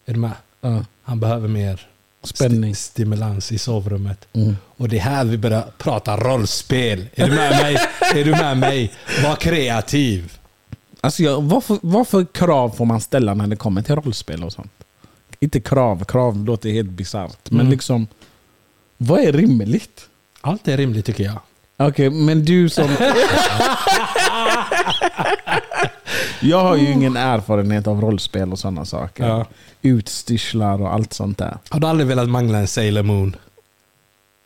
Är du med?
Mm. Ja.
Han behöver mer
Spänning.
sti- stimulans i sovrummet.
mm.
Och det är här vi börjar prata rollspel. Är du med mig? är du med mig? Var kreativ.
Alltså jag, vad, för, vad för krav får man ställa när det kommer till rollspel och sånt? Inte krav, krav låter helt bisarrt. Men liksom, vad är rimligt?
Allt är rimligt tycker jag.
Okej, men du som... jag har ju ingen erfarenhet av rollspel och sådana saker.
Ja.
Utstyrslar och allt sånt där.
Har du aldrig velat mangla en Sailor Moon?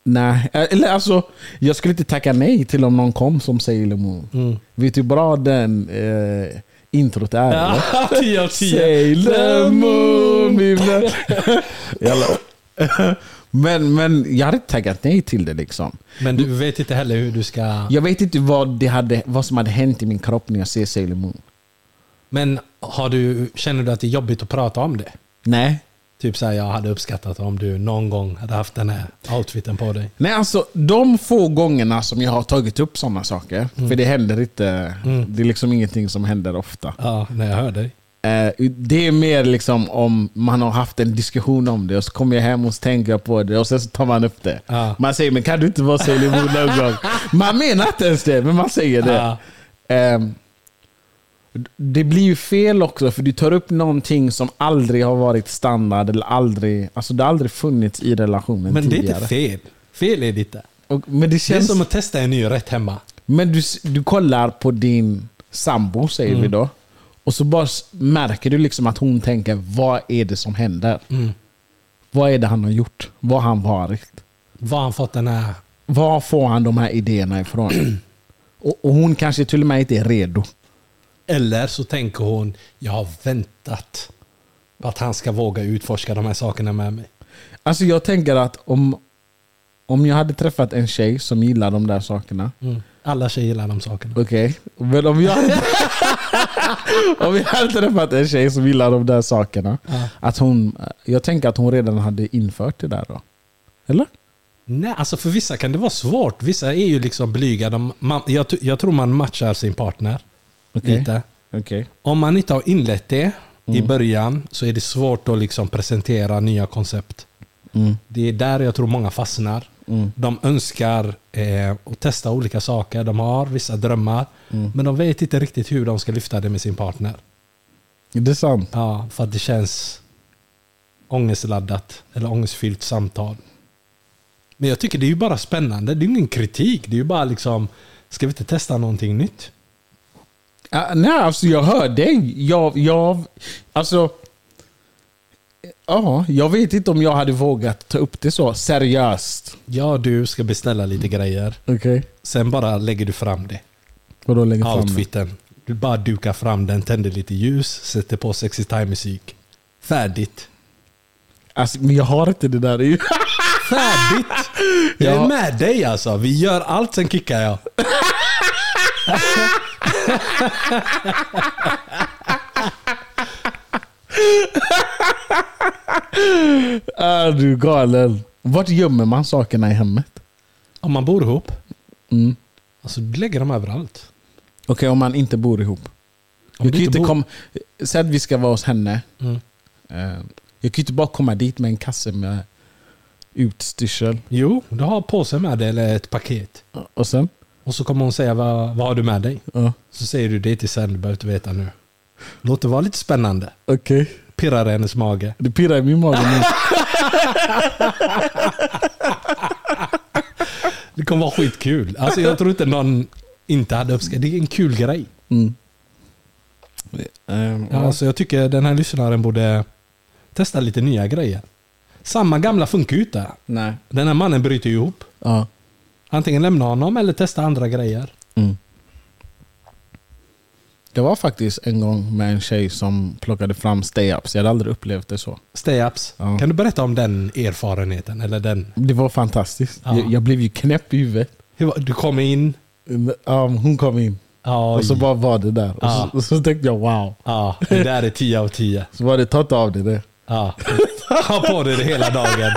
Nej, eller alltså, jag skulle inte tacka nej till om någon kom som Sailor Moon. Vet du hur bra den eh, introt är? eller?
10 av 10.
Sailor Moon. mina- Jävla. men, men jag hade inte tackat nej till det liksom.
Men du vet inte heller hur du ska...
Jag vet inte vad, det hade, vad som hade hänt i min kropp när jag ser Sailor Moon.
Men har du, känner du att det är jobbigt att prata om det?
Nej.
Typ så här, jag hade uppskattat om du någon gång hade haft den här outfiten på dig.
Nej, alltså de få gångerna som jag har tagit upp sådana saker, för det händer inte, det är liksom ingenting som händer ofta.
Ja, när jag hör dig.
Eh, Det är mer liksom om man har haft en diskussion om det och så kommer jag hem och så tänker jag på det och sen så tar man upp det.
Ja.
Man säger men kan du inte vara Sailor Moon någon gång? Man menar inte ens det, men man säger det.
Ja.
Ehm, Det blir ju fel också för du tar upp någonting som aldrig har varit standard eller aldrig, alltså det har aldrig funnits i relationen
Men det är
tidigare.
inte fel. Fel är det inte.
Och, men det
Det är
känns
som att testa en ny rätt hemma.
Men du, du kollar på din sambo, säger vi då. Och så bara s- märker du liksom att hon tänker, vad är det som händer? Vad är det han har gjort? Vad har han varit?
Var han fått den här...
Var får han de här idéerna ifrån? och, och hon kanske till och med inte är redo.
Eller så tänker hon, jag har väntat på att han ska våga utforska de här sakerna med mig.
Alltså jag tänker att om, om jag hade träffat en tjej som gillar de där sakerna.
Mm. Alla tjejer gillar de sakerna.
Okej, men om jag, hade, om jag hade träffat en tjej som gillar de där sakerna.
Ja.
Att hon, jag tänker att hon redan hade infört det där då. Eller?
Nej, alltså för vissa kan det vara svårt. Vissa är ju liksom blyga. De, man, jag, t- jag tror man matchar sin partner
Okej.
lite.
Okej.
Om man inte har inlett det i början så är det svårt att liksom presentera nya koncept. Det är där jag tror många fastnar. De önskar eh, att testa olika saker. De har vissa drömmar. Men de vet inte riktigt hur de ska lyfta det med sin partner.
Det är sant.
Ja, för att det känns ångestladdat eller ångestfyllt samtal. Men jag tycker det är ju bara spännande. Det är ju ingen kritik. Det är ju bara liksom, ska vi inte testa någonting nytt?
Ah, nej, alltså jag hör dig. Jag, jag, alltså, ja, jag vet inte om jag hade vågat ta upp det så seriöst.
Ja, du ska beställa lite
Mm.
grejer.
Okej.
Sen bara lägger du fram det.
Vadå lägga fram det?
Outfiten. Du bara dukar fram den, tänder lite ljus, sätter på sexy time musik. Färdigt.
Alltså, men jag har inte det där. i-
Färdigt! Jag är med dig alltså. Vi gör allt, sen kickar jag.
Ah, du är galen. Vart gömmer man sakerna i hemmet?
Om man bor ihop,
Mm.
alltså du lägger dem överallt.
Okej, om man inte bor ihop.
Om
jag
du
kan ju inte
bor-
komma... Säg att vi ska vara hos henne.
Mm.
Eh, Jag kan ju inte bara komma dit med en kasse med utstyrsel.
Jo, du har påse med dig eller ett paket.
Och sen?
Och så kommer hon säga vad, vad har du med dig?
Ja.
Så säger du det till sen, du behöver inte veta nu. Låt det vara lite spännande.
Okej.
Pirrar i hennes mage.
Det pirrar i min mage nu.
Det kommer vara skitkul. Alltså jag tror inte någon inte hade uppskattat det. är en kul grej.
Mm. Ehm,
Ja, alltså jag tycker den här lyssnaren borde testa lite nya grejer. Samma gamla funkar ju inte.
Nej.
Den här mannen bryter ju ihop.
Ja.
Antingen lämna honom eller testa andra grejer.
Mm. Det var faktiskt en gång med en tjej som plockade fram stay-ups. Jag hade aldrig upplevt det så.
Stay-ups.
Ja.
Kan du berätta om den erfarenheten? Eller den?
Det var fantastiskt.
Ja.
Jag, jag blev ju knäpp i huvudet.
Hur var- Du kom in.
Ja, hon kom in
Oj.
och så bara var det där. Och,
Ja.
så, och så tänkte jag wow.
Ja, det där är 10 av 10.
Så var det ta inte av dig det.
Ja. Ha på dig det hela dagen.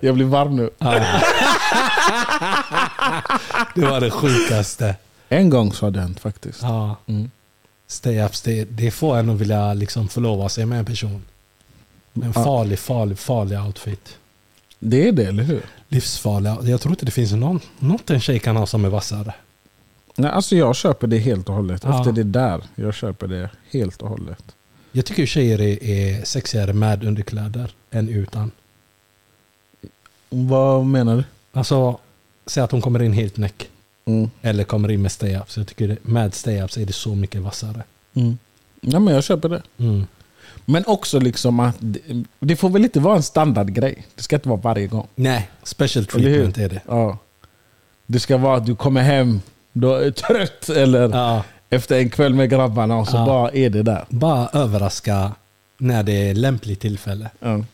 Jag blir varm nu.
Det var det sjukaste.
En gång så hade det hänt faktiskt.
Ja.
Mm.
Stay-ups, det, det får en att vilja liksom förlova sig med en person. Med en farlig, farlig, farlig outfit.
Det är det, eller hur?
Livsfarliga. Jag tror inte det finns någon, något en tjej kan ha som är vassare.
Nej, alltså jag köper det helt och hållet.
Ja.
Efter det där, jag köper det helt och hållet.
Jag tycker ju tjejer är, är sexigare med underkläder än utan.
Mm, Vad menar du?
Alltså, säg att hon kommer in helt näck.
Mm.
Eller kommer in med stay-ups. Jag tycker det, med stay-ups är det så mycket vassare.
Mm. Nej, men jag köper det.
Mm.
Men också liksom att det, det får väl inte vara en standardgrej. Det ska inte vara varje gång.
Nej, special
Eller hur?
treatment är det.
Ja. Det ska vara att du kommer hem du är trött eller
Ja.
efter en kväll med grabbarna och så
Ja.
bara är det där.
Bara överraska när det är lämpligt tillfälle.
Ja.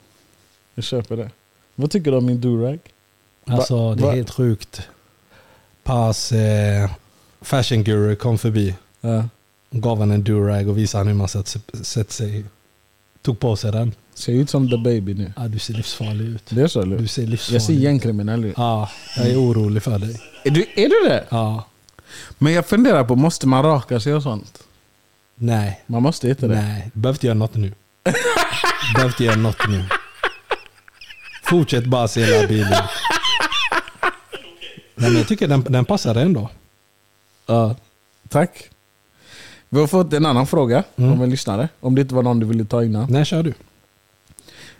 Jag köper det. Vad tycker du om min durag?
Alltså
Va-
det är
va-
helt sjukt. Pass eh, fashion guru kom förbi.
Ja.
Gav han en durag och visade han hur man sätter sätt sig. Tog på sig den.
Ser ut som the baby nu.
Ah, du ser livsfarlig ut.
Det är så
Du
eller?
ser livsfarlig
Jag ser
ut.
gängkriminell ut.
Ja, jag är orolig för dig.
Är du, är du det?
Ja,
Men jag funderar på, måste man raka sig och sånt?
nej.
Man måste inte det.
Nej, du behöver inte göra något nu. Du behöver inte göra något nu. Fortsätt bara se labil ut. Nej, men jag tycker den, den passar dig ändå.
Ja. Tack. Vi har fått en annan fråga om en lyssnare. Om det inte var någon du ville ta innan.
När kör du?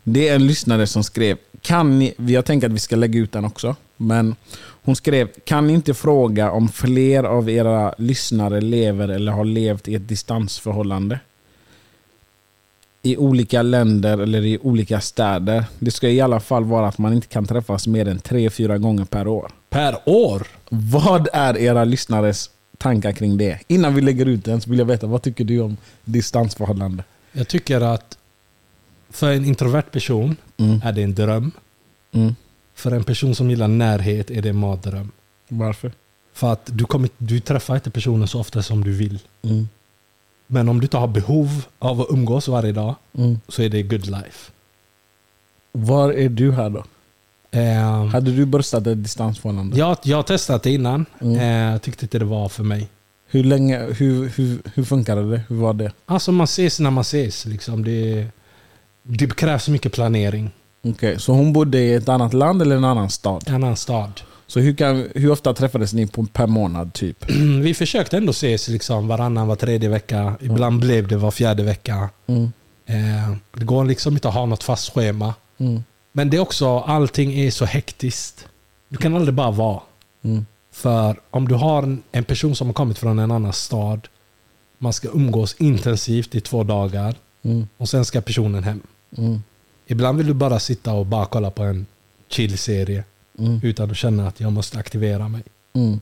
Det är en lyssnare som skrev, kan ni, jag tänker att vi ska lägga ut den också, men hon skrev, kan ni inte fråga om fler av era lyssnare lever eller har levt i ett distansförhållande? I olika länder eller i olika städer. Det ska i alla fall vara att man inte kan träffas mer än 3-4 gånger per år.
Per år?
Vad är era lyssnares tankar kring det? Innan vi lägger ut den så vill jag veta, vad tycker du om distansförhållande?
Jag tycker att för en introvert person
Mm.
är det en dröm.
Mm.
För en person som gillar närhet är det en mardröm.
Varför?
För att du, kommer, du träffar inte personen så ofta som du vill.
Mm.
Men om du inte har behov av att umgås varje dag
Mm.
så är det good life.
Var är du här då?
Eh,
Hade du bröstat ett distansförhållande?
jag, jag har testat det innan.
Mm.
Eh, jag tyckte inte det var för mig.
Hur länge, hur, hur, hur funkade det? Hur var det?
Alltså man ses när man ses. Liksom. Det, det krävs mycket planering.
Okej, så hon bodde i ett annat land eller en annan stad?
En annan stad.
Så hur, kan, hur ofta träffades ni på, per månad typ?
Vi försökte ändå ses liksom varannan, var tredje vecka. Ibland blev det var fjärde vecka.
Mm.
Eh, det går liksom inte att ha något fast schema.
Mm.
Men det är också, allting är så hektiskt. Du kan aldrig bara vara.
Mm.
För om du har en- en person som har kommit från en annan stad, man ska umgås intensivt i två dagar
Mm.
och sen ska personen hem.
Mm.
Ibland vill du bara sitta och bara kolla på en chill-serie
Mm.
utan att känna att jag måste aktivera mig.
Mm.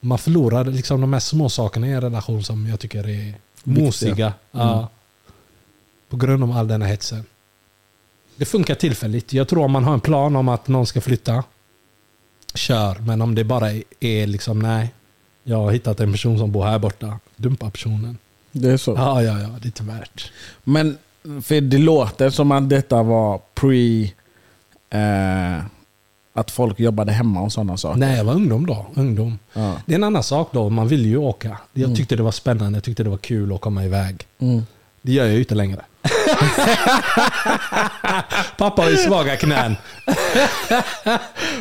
Man förlorar liksom de här små sakerna i en relation som jag tycker är mosiga. Mm. Ja. På grund av all den här hetsen. Det funkar tillfälligt. Jag tror om man har en plan om att någon ska flytta, kör. Men om det bara är liksom, nej, jag har hittat en person som bor här borta, dumpa personen.
Det är så.
Ja, ja, ja, det är inte värt.
Men för det låter som att detta var pre eh, att folk jobbade hemma och sådana saker.
Nej, jag var ungdom då. Ungdom.
Ja.
Det är en annan sak då. Man vill ju åka. Jag tyckte det var spännande. Jag tyckte det var kul att komma iväg.
Mm.
Det gör jag ju inte längre. Pappa har ju svaga knän.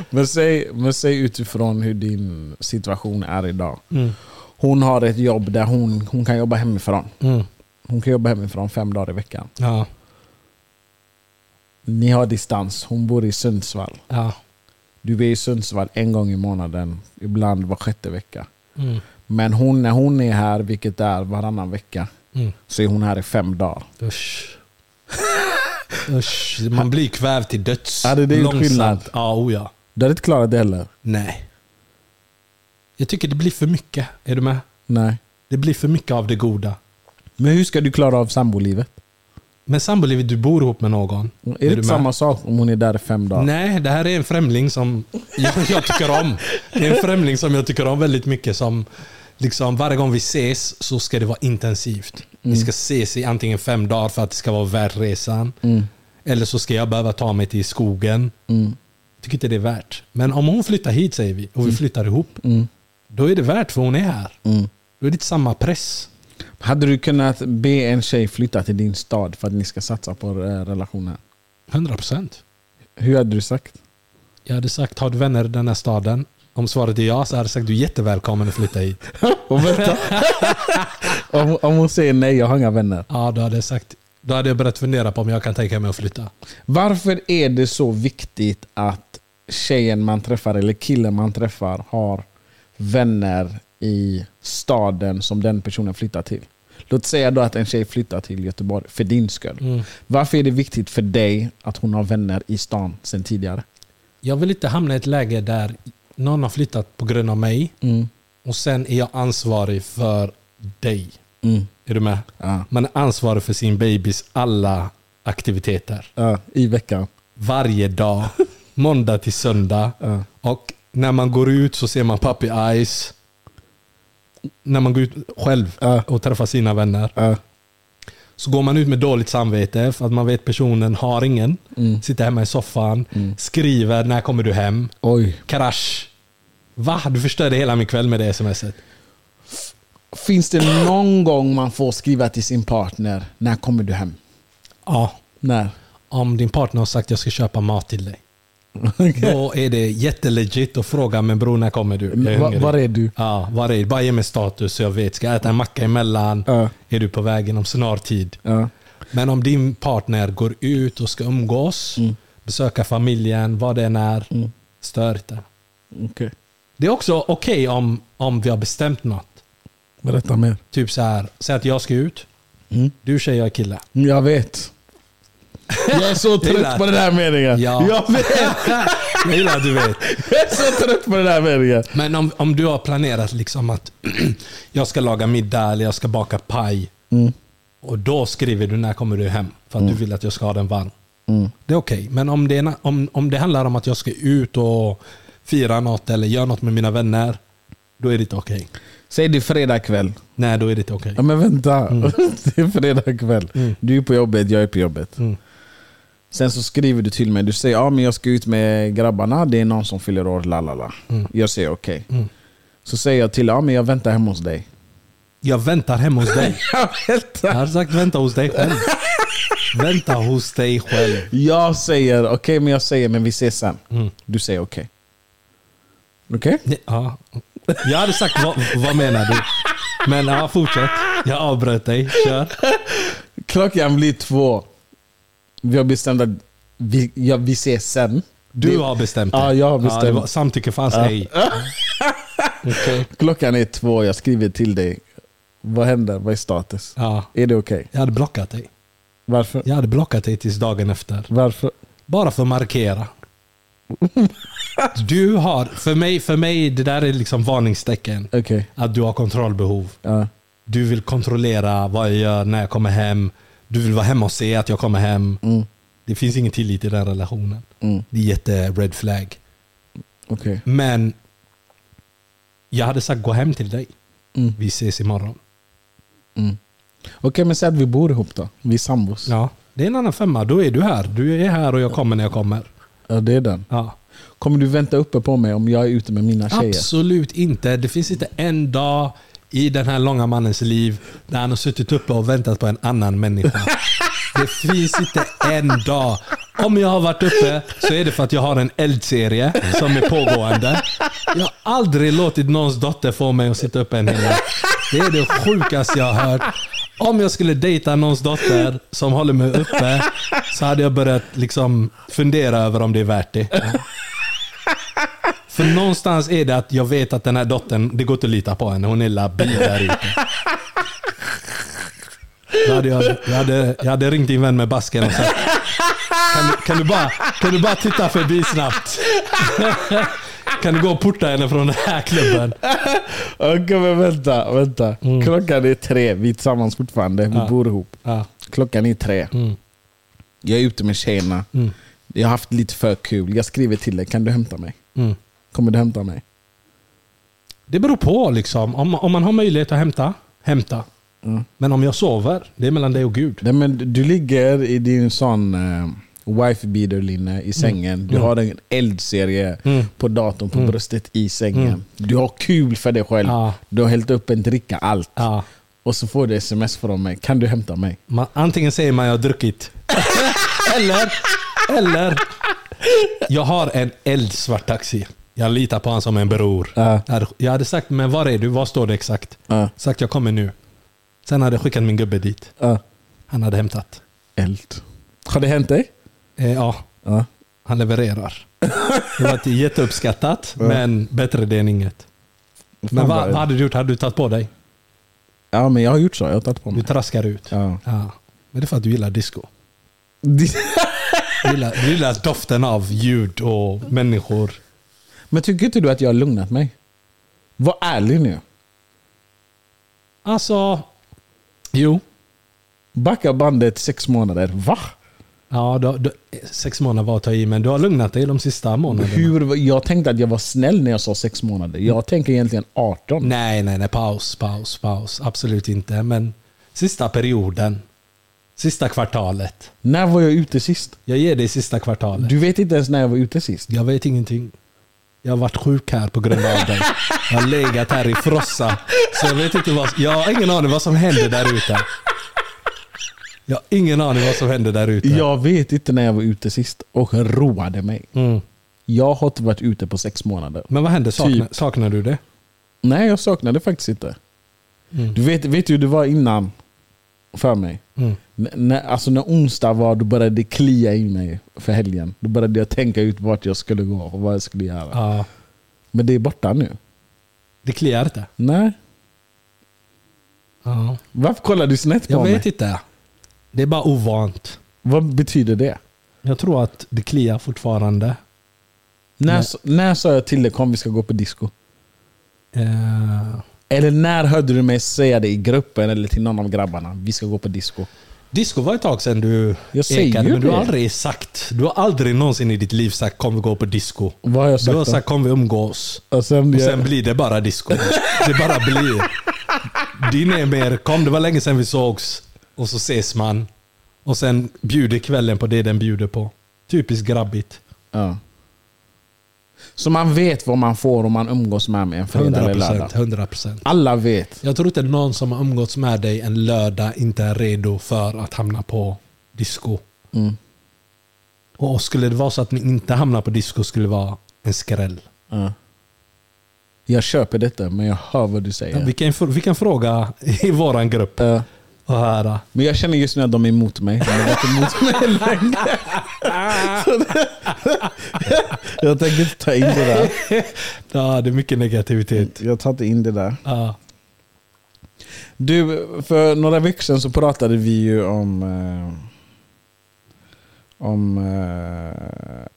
Men, säg, men säg utifrån hur din situation är idag.
Mm.
Hon har ett jobb där hon, hon kan jobba hemifrån.
Mm.
Hon kan jobba hemifrån fem dagar i veckan.
Ja,
Ni har distans. Hon bor i Sundsvall.
ja.
Du är i Sundsvall en gång i månaden, ibland var sjätte vecka.
Mm.
Men hon, när hon är här, vilket är varannan vecka,
Mm.
så är hon här i fem dagar.
Usch. Usch. Man blir kvävd till döds.
Ja, det är det skillnad.
Ja, oh ja.
Du hade inte klarat det heller?
Nej. Jag tycker det blir för mycket. Är du med?
Nej.
Det blir för mycket av det goda.
Men hur ska du klara av sambolivet?
Men sambolivet, du bor ihop med någon.
Är det
du
inte
med?
samma sak om hon är där i fem dagar?
Nej, det här är en främling som jag, jag tycker om. Det är en främling som jag tycker om väldigt mycket. Som liksom Varje gång vi ses så ska det vara intensivt. Vi ska ses i antingen fem dagar för att det ska vara värt resan. Eller så ska jag behöva ta mig till skogen.
Mm,
Jag tycker inte det är värt. Men om hon flyttar hit säger vi och vi flyttar ihop. Då är det värt för hon är här.
mm.
Då är det inte samma press.
Hade du kunnat be en tjej flytta till din stad för att ni ska satsa på eh, relationen?
100%.
Hur hade du sagt?
Jag hade sagt, har du vänner i den här staden? Om svaret är ja så hade jag sagt, du är jättevälkommen att flytta hit.
Och vänta. om, om hon säger nej, jag har inga vänner.
Ja, då hade jag sagt. Då hade jag börjat fundera på om jag kan tänka mig att flytta.
Varför är det så viktigt att tjejen man träffar eller killen man träffar har vänner i staden som den personen flyttar till? Låt säga då att en tjej flyttar till Göteborg för din skull. Varför är det viktigt för dig att hon har vänner i stan sen tidigare?
Jag vill inte hamna i ett läge där någon har flyttat på grund av mig och sen är jag ansvarig för dig. Är du med?
Ja.
Man är ansvarig för sin babys alla aktiviteter.
Ja, I veckan.
Varje dag. Måndag till söndag.
Ja.
Och när man går ut så ser man puppy eyes. När man går ut själv
Ja.
och träffar sina vänner.
Ja.
Så går man ut med dåligt samvete för att man vet personen har ingen.
Mm.
Sitter hemma i soffan, skriver när kommer du hem?
Oj.
Krasch. Va? Du förstörde hela min kväll med det smset.
Finns det någon gång man får skriva till sin partner, när kommer du hem?
Ja.
När?
Om din partner har sagt jag ska köpa mat till dig. Då är det jättelegit att fråga men bror när kommer du? Jag är
Va-
hungrig."
var är du?
Ja, var är du? Bara ge mig status så jag vet. Ska jag äta en macka emellan?
Ja.
Är du på väg inom snar tid?
Ja.
Men om din partner går ut och ska umgås,
Mm.
besöka familjen, vad det än är, stör inte.
Okej.
Det är också okej om, om vi har bestämt något.
Berätta mer.
Typ så här, säg att jag ska ut.
Mm.
Du tjej, jag är kille.
Jag vet. Jag är så
Jag
trött
gillar-
på den här meningen.
Ja.
Jag vet.
Jag gillar att du vet.
Jag är så trött på den här meningen.
Men om, om du har planerat liksom att jag ska laga middag eller jag ska baka paj.
Mm.
Och då skriver du när kommer du hem. För att du vill att jag ska ha den varm.
Mm.
Det är okej. Men om det, är, na- om, om det handlar om att jag ska ut och fira något eller göra något med mina vänner. Då är det inte okej.
Säg det är fredag kväll.
Nej, då är det inte okej.
Ja, men vänta. Det är fredag kväll. Du är på jobbet, jag är på jobbet.
Mm.
Sen så skriver du till mig. Du säger ja, men jag ska ut med grabbarna. Det är någon som fyller år. Lalala. Jag säger okej. Så säger jag till ja, men jag väntar hemma hos dig.
Jag väntar hemma hos dig.
Jag
Jag
väntar.
har sagt vänta hos dig själv. vänta hos dig själv.
Jag säger okej, men jag säger men vi ses sen.
Mm.
Du säger okej. Okej?
Ja. Jag hade sagt vad, vad menar du? Men ja, fortsätt. Jag avbröt dig. Kör.
Klockan blir två. Vi har bestämt att vi, ja, vi ses sen.
Du
Det-
har bestämt
Ja, jag har
det
bestämt.
var- samtycke fanns ej. Okej.
Klockan är två, jag skriver till dig. Vad händer? Vad är status?
Ja.
Är det okej?
Jag hade blockat dig.
Varför?
Jag hade blockat dig tills dagen efter.
Varför?
Bara för att markera. Du har, för mig, för mig det där är liksom varningstecken.
Okej.
Att du har kontrollbehov.
Ja.
Du vill kontrollera vad jag gör när jag kommer hem. Du vill vara hemma och se att jag kommer hem. Det finns ingen tillit i den relationen.
Mm.
Det är jätte red flag.
Okej.
Men jag hade sagt gå hem till dig.
Mm.
Vi ses imorgon.
Okej, men säg att vi bor ihop då. Vi är sambos.
Ja, det är en annan femma. Då är du här. Du är här och jag kommer när jag kommer.
Ja, det är den.
Ja.
Kommer du vänta uppe på mig om jag är ute med mina tjejer?
Absolut inte. Det finns inte en dag i den här långa mannens liv där han har suttit uppe och väntat på en annan människa. Det finns inte en dag. Om jag har varit uppe så är det för att jag har en eldserie som är pågående. Jag har aldrig låtit någons dotter få mig att sitta uppe en hel natt. Det är det sjukaste jag har hört. Om jag skulle dejta någons dotter som håller mig uppe så hade jag börjat liksom fundera över om det är värt det. För någonstans är det att jag vet att den här dottern, det går inte att lita på henne. Hon är labil där ute. Då hade jag, jag, hade, jag hade ringt din vän med basken och sagt kan, du- kan, du bara, kan du bara titta förbi snabbt? Kan du gå och porta henne från den här klubben?
Okej, men vänta. vänta. Klockan är tre. Vi är tillsammans fortfarande. Vi
Mm. Ja.
bor ihop.
Ja.
Klockan är tre.
Mm.
Jag är ute med tjejerna. Jag har haft lite för kul. Jag skriver till dig. Kan du hämta mig?
Mm.
Kommer du hämta mig?
Det beror på liksom. Om, om man har möjlighet att hämta, hämta. Men om jag sover, det är mellan dig och Gud.
Nej, men du ligger i din sån eh, wife beater linne
Mm.
i sängen. Du har en eldserie på datorn på bröstet i sängen. Du har kul för dig själv.
Mm. Ja.
Du har hällt upp en dricka, allt.
Ja.
Och så får du sms från mig. Kan du hämta mig?
Man, antingen säger man jag har druckit. eller, eller. Jag har en eldsvart taxi. Jag litar på honom som en bror.
Ja.
Jag hade- Jag hade sagt, men var är du? Var står du exakt?
Ja.
Sagt, jag kommer nu. Sen hade jag skickat min gubbe dit.
Ja.
Han hade hämtat.
Eld. Har det hänt dig?
Eh, ja,
Ja.
han levererar. Det var inte jätteuppskattat, men bättre det än inget. Men
Fan,
vad,
vad-
vad hade du gjort? Hade du tagit på dig?
Ja, men jag har gjort så. Jag har tagit på
Du
mig.
traskar ut.
Ja.
Ja. Men det är för att du gillar disco. Du gillar, du gillar doften av ljud och människor.
men tycker inte du att jag har lugnat mig? Var ärlig nu.
Alltså, jo.
Backa bandet sex månader. Va?
Ja, då, då, sex månader var att ta i, men du har lugnat dig de sista månaderna.
Hur, jag tänkte att jag var snäll när jag sa sex månader. Jag tänker egentligen 18.
Nej, nej, nej. Paus, paus, paus. Absolut inte. Men sista perioden. Sista kvartalet.
När var jag ute sist?
Jag ger dig sista kvartalet.
Du vet inte ens när jag var ute sist.
Jag vet ingenting. Jag har varit sjuk här på grund av dig. Jag har legat här i frossa. Så jag vet inte vad... Jag har ingen aning vad som händer där ute. Jag har ingen aning vad som händer där ute.
Jag vet inte när jag var ute sist och roade mig.
Mm.
Jag har inte varit ute på sex månader.
Men vad händer? Saknar,
Typ.
saknar du det?
Nej, jag saknade faktiskt inte. Du vet, vet du hur det var innan? För mig.
Mm.
N- när, alltså när onsdag var, då började det klia i mig för helgen. Då började jag tänka ut vart jag skulle gå och vad jag skulle göra.
Ja.
Men det är borta nu.
Det kliar inte.
Nej.
Ja.
Varför kollar du snett på
Jag
mig?
vet inte. Det är bara ovant.
Vad betyder det?
Jag tror att det kliar fortfarande.
När, s- när sa jag till dig kom vi ska gå på disco?
Eh,
Eller när hörde du mig säga det i gruppen eller till någon av grabbarna? Vi ska gå på disco.
disco var ett tag sedan du
Jag säger ju
men du har
det.
aldrig sagt. Du har aldrig någonsin i ditt liv sagt kom vi gå på disco.
Vad har jag sagt?
Du har
då?
sagt kom vi umgås.
och sen,
Och
jag-
sen blir det bara disco. Det bara blir. Din är mer kom det var länge sedan vi sågs. Och så ses man. Och sen bjuder kvällen på det den bjuder på. Typiskt grabbigt.
ja. Så man vet vad man får om man umgås med mig en fredag eller
100%.
lördag.
100%.
Alla vet.
Jag tror inte någon som har umgåtts med dig en lördag inte är redo för att hamna på disco. Och skulle det vara så att ni inte hamnar på disco skulle det vara en skräll.
Ja. Jag köper detta, men jag hör vad du säger.
Vi, kan, vi kan fråga i våran grupp
Ja.
och höra.
Men jag känner just nu att de är emot mig. De har varit emot mig länge. Så det- jag tänker inte ta in det där.
Ja, det är mycket negativitet.
Jag tar inte in det där.
Ja.
Du, för några veckor sedan så pratade vi ju om... Eh, om, eh,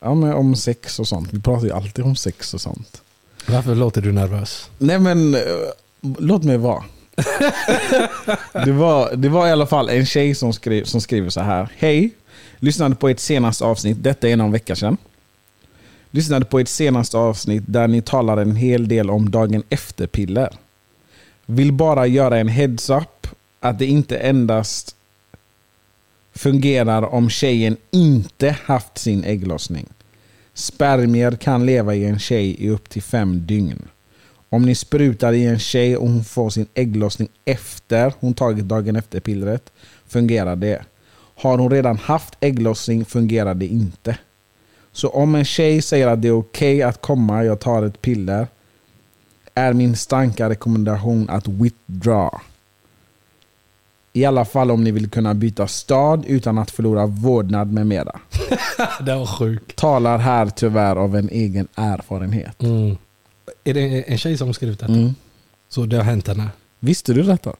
ja, men om sex och sånt. Vi pratar ju alltid om sex och sånt.
Varför låter du nervös?
Nej men, eh, låt mig vara. det, var, det var i alla fall en tjej som, skrev, som skriver så här. Hej, lyssnade på ert senaste avsnitt, detta är någon vecka sedan. Lyssnade på ert senaste avsnitt där ni talar en hel del om dagen efter-piller. Vill bara göra en heads-up att det inte endast fungerar om tjejen inte haft sin ägglossning. Spermier kan leva i en tjej i upp till fem dygn. Om ni sprutar i en tjej och hon får sin ägglossning efter hon tagit dagen efter pillret fungerar det. Har hon redan haft ägglossning fungerar det inte. Så om en tjej säger att det är okej att komma, jag tar ett piller, är min starka rekommendation att withdraw. I alla fall om ni vill kunna byta stad utan att förlora vårdnad med mera.
Den var sjuk.
Talar här tyvärr av en egen erfarenhet.
Mm. Är det en tjej som har skrivit detta?
Mm.
Så det har hänt henne?
Visste du detta?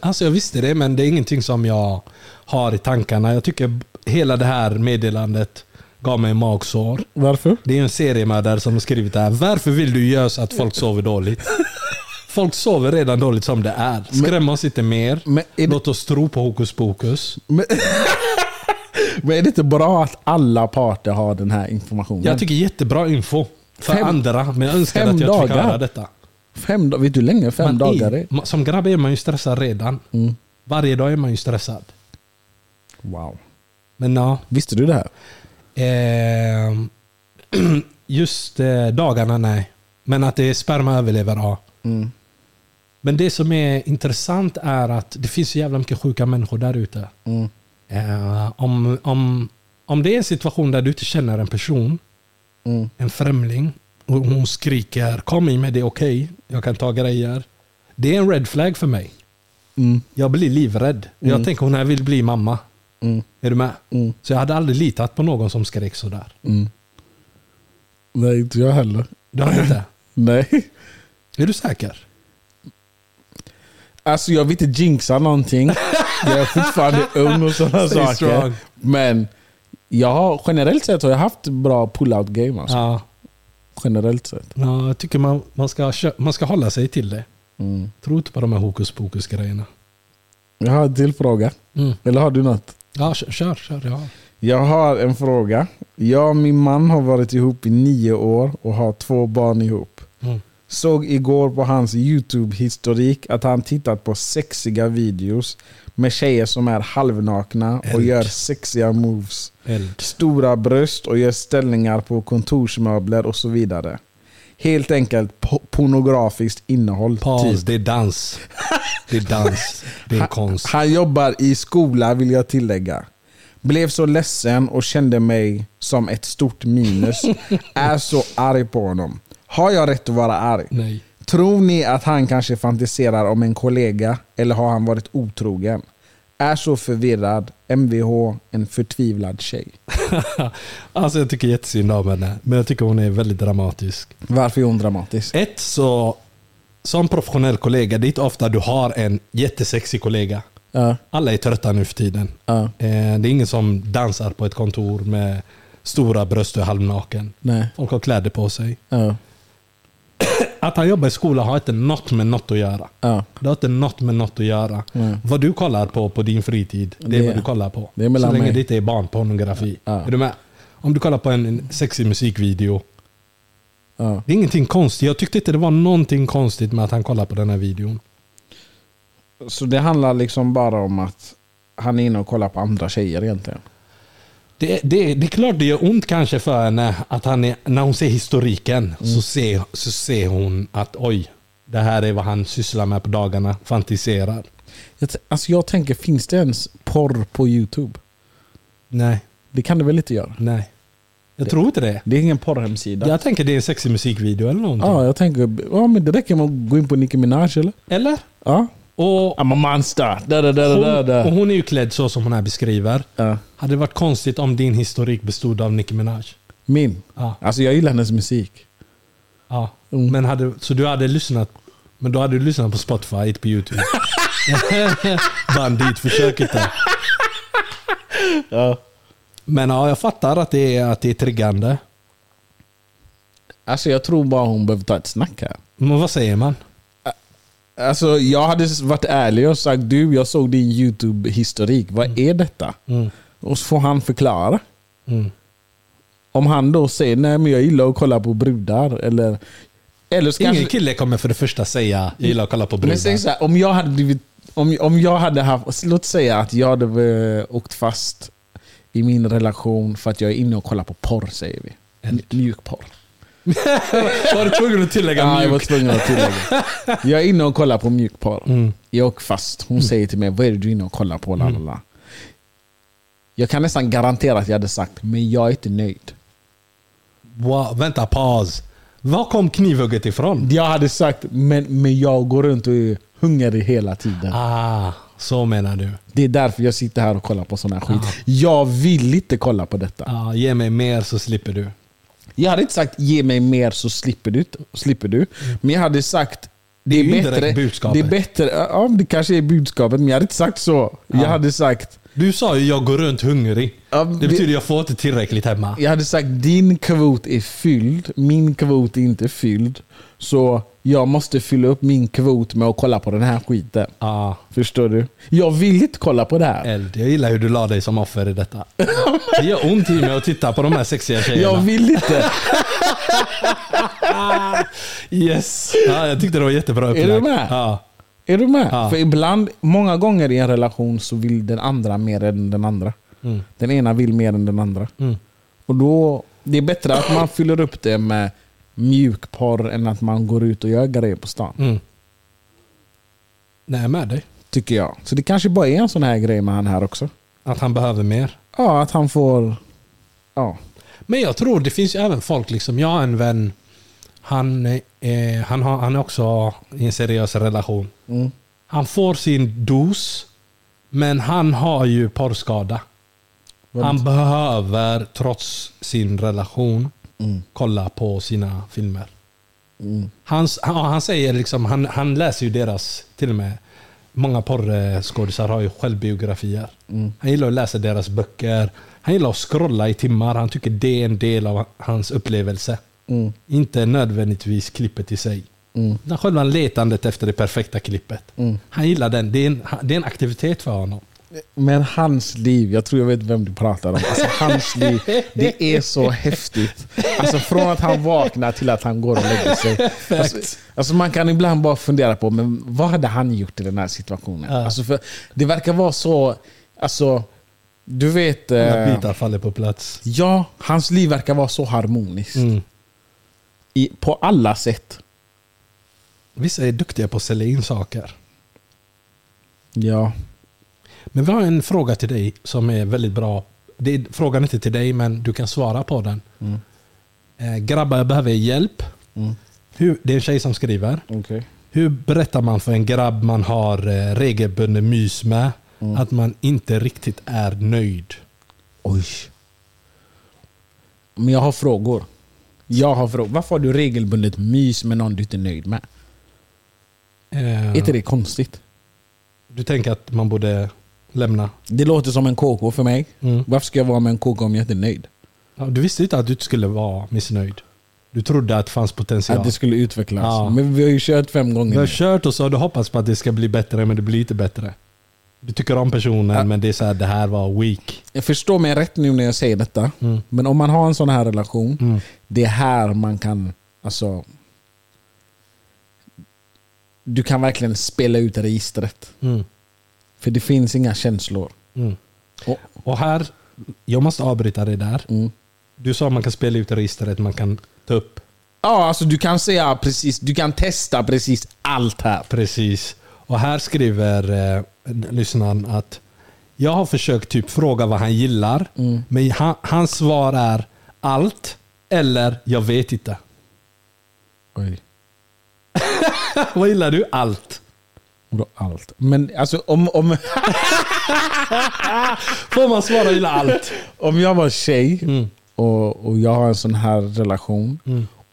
Alltså jag visste det, men det är ingenting som jag har i tankarna. Jag tycker hela det här meddelandet gav mig magsår.
Varför?
Det är ju en seriemördare som har skrivit det här. Varför vill du göra så att folk sover dåligt? Folk sover redan dåligt som det är. Skräm oss inte mer.
Men är, det,
Låt oss tro på hokus pokus.
men är det inte bra att alla parter har den här informationen?
Jag tycker jättebra info för
Fem-
andra, men jag önskar
fem
att jag fick
dagar.
höra detta.
fem, da- vet du hur länge fem
Man
dagar Mm.
är,
är?
ma- som grabb är man ju stressad redan. Varje dag är man ju stressad.
Wow.
Men ja,
Visste du det här?
Ehm, just eh, dagarna, nej. Men att det är sperma överlever, ja. Men det som är intressant är att det finns så jävla mycket sjuka människor där ute. Eh, om, om, om det är en situation där du inte känner en person, en främling, och hon skriker kom in med det, är okej, jag kan ta grejer. Det är en red flag för mig.
Mm.
Jag blir livrädd. Jag tänker hon här vill bli mamma. Är du med? Så jag hade aldrig litat på någon som skrek sådär.
Nej, inte jag heller.
Du har inte?
Nej.
Är du säker?
Alltså jag vill inte jinxa någonting. jag är fortfarande ung och sådana
Stay
saker.
strong.
Men jag har, generellt sett har jag haft bra pull-out game. Alltså.
Ja.
Generellt sett.
ja jag tycker man, man, ska, kö- man ska hålla sig till det.
Mm.
Tro inte på de här hokus pokus grejerna.
Jag har en till fråga.
Mm.
Eller har du något?
Ja, kö- kör, kör. Ja.
Jag har en fråga. Jag och min man har varit ihop i nio år och har två barn ihop.
Mm.
Såg igår på hans YouTube-historik att han tittat på sexiga videos med tjejer som är halvnakna och
Eld.
gör sexiga moves.
Eld.
Stora bröst och gör ställningar på kontorsmöbler och så vidare. Helt enkelt po- pornografiskt innehåll.
Paus,
typ.
det är dans. Det är dans. Det är konst.
Han jobbar i skola vill jag tillägga. Blev så ledsen och kände mig som ett stort minus. Är så arg på honom. Har jag rätt att vara arg?
Nej.
Tror ni att han kanske fantiserar om en kollega eller har han varit otrogen? Är så förvirrad. Mvh, en förtvivlad tjej.
Alltså jag tycker jättesynd om henne. Men jag tycker hon är väldigt dramatisk.
Varför är hon dramatisk?
Ett så, som professionell kollega, det är inte ofta du har en jättesexig kollega.
Ja,
Alla är trötta nu för tiden.
Ja.
Eh, Det är ingen som dansar på ett kontor med stora bröst och är halvnaken.
nej.
Folk har kläder på sig.
Ja,
Att han jobbar i skolan har inte något med något att göra.
ja.
Det har inte något med något att göra.
Nej.
Vad du kollar på på din fritid, det är
Det-
vad du kollar på.
det är mellan
Så länge
mig.
det inte är barnpornografi.
Ja.
Är du med? Om du kollar på en- en sexig musikvideo,
ja.
det är ingenting konstigt. Jag tyckte inte det var någonting konstigt med att han kollar på den här videon.
Så det handlar liksom bara om att han är inne och kollar på andra tjejer egentligen?
Det, det, det är klart det gör ont kanske för henne att han är, när hon ser historiken
Mm.
så, ser, så ser hon att oj, det här är vad han sysslar med på dagarna, fantiserar.
Jag, t- alltså jag tänker, finns det ens porr på YouTube?
Nej,
Det kan det väl inte göra?
nej. Jag tror inte det.
Det är ingen porrhemsida. Ja,
Jag tänker det är en sexig musikvideo eller någonting.
jag tänker, ja, men det räcker med att gå in på Nicki Minaj eller?
Eller?
Ja.
Och
I'm a monster. Da, da, da,
hon,
da, da,
och
da.
hon är ju klädd så som hon här beskriver.
Ja.
Hade det varit konstigt om din historik bestod av Nicki Minaj?
Min.
Ja.
Alltså jag gillar hennes musik.
Ja.
Mm.
Men hade, så du hade lyssnat men då hade du lyssnat på Spotify, inte på YouTube. Bandit, försök inte.
Ja.
Men ja, jag fattar att det är, att det är triggande.
Alltså jag tror bara hon behöver ta ett snack här.
Men vad säger man?
Alltså jag hade s- varit ärlig och sagt du, jag såg din YouTube-historik. Vad är detta?
Mm.
Och så får han förklara.
Mm.
Om han då säger nej men jag gillar att kolla på brudar eller... Eller så
Ingen
kanske...
kille kommer för det första säga jag gillar att kolla på
Men säg
brudar.
så här, om jag hade blivit om, om jag hade haft, låt säga att jag hade eh, åkt fast i min relation för att jag är inne och kollar på porr säger vi. M- Mjukporr.
Var du tvungen att tillägga
Ja, Ah, jag var
mjuk?
tvungen att tillägga. Jag är inne och kollar på mjukporr.
Mm.
Jag åker fast. Hon säger till mig, vad är det du är inne och kollar på?
Mm.
Lalala. Jag kan nästan garantera att jag hade sagt, men jag är inte nöjd.
Wow, vänta, paus. Var kom knivhugget ifrån?
Jag hade sagt, men, men jag går runt och är hungrig hela tiden.
Ah, så menar du.
Det är därför jag sitter här och kollar på sån här skit. Jag vill inte kolla på detta.
Ah, ge mig mer så slipper du.
Jag hade inte sagt ge mig mer så slipper du. Slipper du. Men jag hade sagt det
är ju
är,
indirekt
bättre, det
budskapet.
är bättre. Ja, det kanske är budskapet, men jag hade inte sagt så. Jag hade sagt
Du sa ju jag går runt hungrig.
Ja,
det
det-
betyder jag får inte tillräckligt hemma.
jag hade sagt din kvot är fylld, min kvot är inte fylld. Så jag måste fylla upp min kvot med att kolla på den här skiten.
Ah,
Förstår du? Jag vill inte kolla på det här.
eld. Jag gillar hur du la dig som offer i detta. Det gör ont i mig att titta på de här sexiga
Jag
tjejerna.
vill inte.
Yes. Ja, jag tyckte det var jättebra
du
upplagt.
med?
Ja.
Är du med?
Ja.
För ibland, många gånger i en relation så vill den andra mer än den andra.
Mm.
Den ena vill mer än den andra. Och då, Det är bättre att man fyller upp det med mjukporr än att man går ut och gör grejer på stan.
Mm. Nej, jag är med dig.
Tycker jag. Så det kanske bara är en sån här grej med han här också.
Att han behöver mer.
Ja, att han får... Ja.
Men jag tror det finns ju även folk, liksom, jag har en vän, han, eh, han, har, han är också i en seriös relation.
Mm.
Han får sin dos, men han har ju porrskada. Han behöver trots sin relation kolla på sina filmer. Han, han, han säger liksom, han, han läser ju deras, till och med, många porrskådisar har ju självbiografier. Han gillar att läsa deras böcker. Han gillar att scrolla i timmar. Han tycker det är en del av hans upplevelse. Inte nödvändigtvis klippet i sig. Mm. Själva letandet efter det perfekta klippet. Han gillar den. Det är, en, det är en aktivitet för honom.
Men hans liv, jag tror jag vet vem du pratar om. Alltså, hans liv, det är så häftigt. Alltså från att han vaknar till att han går och lägger sig. Alltså, alltså, man kan ibland bara fundera på, men vad hade han gjort i den här situationen?
Ja.
Alltså, för det verkar vara så, alltså, du vet...
När
Eh,
bitar faller på plats.
ja, hans liv verkar vara så harmoniskt.
Mm.
I, på alla sätt.
Vissa är duktiga på att sälja in saker.
Ja.
Men vi har en fråga till dig som är väldigt bra. Det är, frågan är inte till dig, men du kan svara på den. Eh, grabbar, jag behöver hjälp. Hur, det är en tjej som skriver.
Okay.
Hur berättar man för en grabb man har eh, regelbunden mys med att man inte riktigt är nöjd?
Oj. Men jag har frågor. Jag har frågor. Varför har du regelbundet mys med någon du inte är nöjd med?
Eh,
Är inte det konstigt?
Du tänker att man borde lämna?
Det låter som en KK för mig.
Mm.
Varför ska jag vara med en KK om jag inte är nöjd?
Ja, du visste inte att du inte skulle vara missnöjd. Du trodde att det fanns potential.
Att det skulle utvecklas.
Ja.
Men vi har ju kört fem gånger
Du har
nu.
kört och så har du hoppats på att det ska bli bättre, men det blir inte bättre. Du tycker om personen,
Ja.
men det är så här, det här var weak.
Jag förstår mig rätt nu när jag säger detta. Men om man har en sån här relation, det är här man kan... Alltså, du kan verkligen spela ut registret. För det finns inga känslor. Och,
Och här, jag måste avbryta dig där.
mm.
Du sa att man kan spela ut registret, man kan ta upp
Ja, alltså du kan säga precis, du kan testa precis allt här.
Precis. Och här skriver eh, lyssnaren att jag har försökt typ fråga vad han gillar,
Mm.
men han, hans svar är allt eller jag vet inte. vad gillar du? Allt.
Vadå allt? Men alltså om, om,
Får man svara gilla allt?
om jag var tjej
Mm.
och, och jag har en sån här relation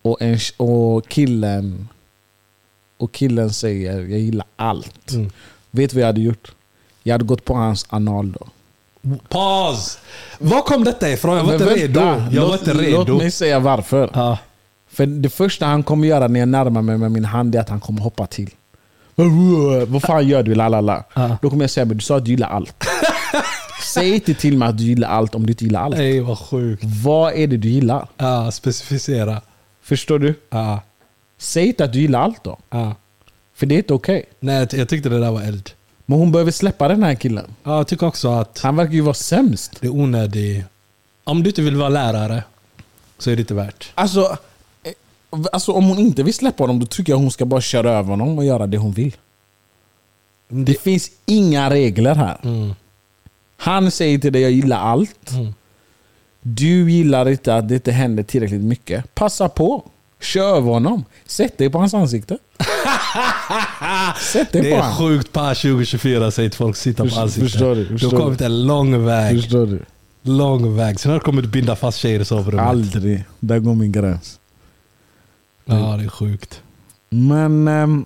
och, en, och, killen, och killen säger jag gillar allt.
Mm.
Vet du vad jag hade gjort? Jag hade gått på hans anal då.
Paus! Var kom detta ifrån? Jag var
Men
inte redo.
vänta,
Jag var
låt-
inte redo. Ah.
Låt mig säga varför.
Ja.
För det första han kommer göra när jag närmar mig med min hand är att han kommer hoppa till. Vad fan gör du? Lalala.
Ja.
Då kommer jag säga, men du sa att du gillar allt. Säg inte till mig att du gillar allt om du inte gillar allt.
Nej, vad sjukt.
Vad är det du gillar?
Ja, specificera. Ah,
Förstår du?
Ja,
Säg inte att du gillar allt då.
ja.
För det är inte okej.
Nej, jag tyckte det där var eld.
Men hon behöver släppa den här killen.
Ja, jag tycker också att
Han verkar ju vara sämst.
det är onödig... Om du inte vill vara lärare så är det inte värt.
Alltså, eh, alltså om hon inte vill släppa honom då tycker jag hon ska bara köra över honom och göra det hon vill. Det finns inga regler här. Han säger till dig jag gillar allt. Du gillar inte att det inte händer tillräckligt mycket. Passa på. Kör över honom. Sätt dig på hans ansikte. Sätt dig
Det
på
är
honom.
sjukt på 2024 säger att folk sitter på
Förstår-
ansiktet.
förstår du,
du
förstår
har kommit en lång väg.
Förstår du?
Lång väg. Sen har du kommit binda fast tjejer i sovrummet.
Aldrig. Där går min gräns.
Ja, det är sjukt.
Men... ehm,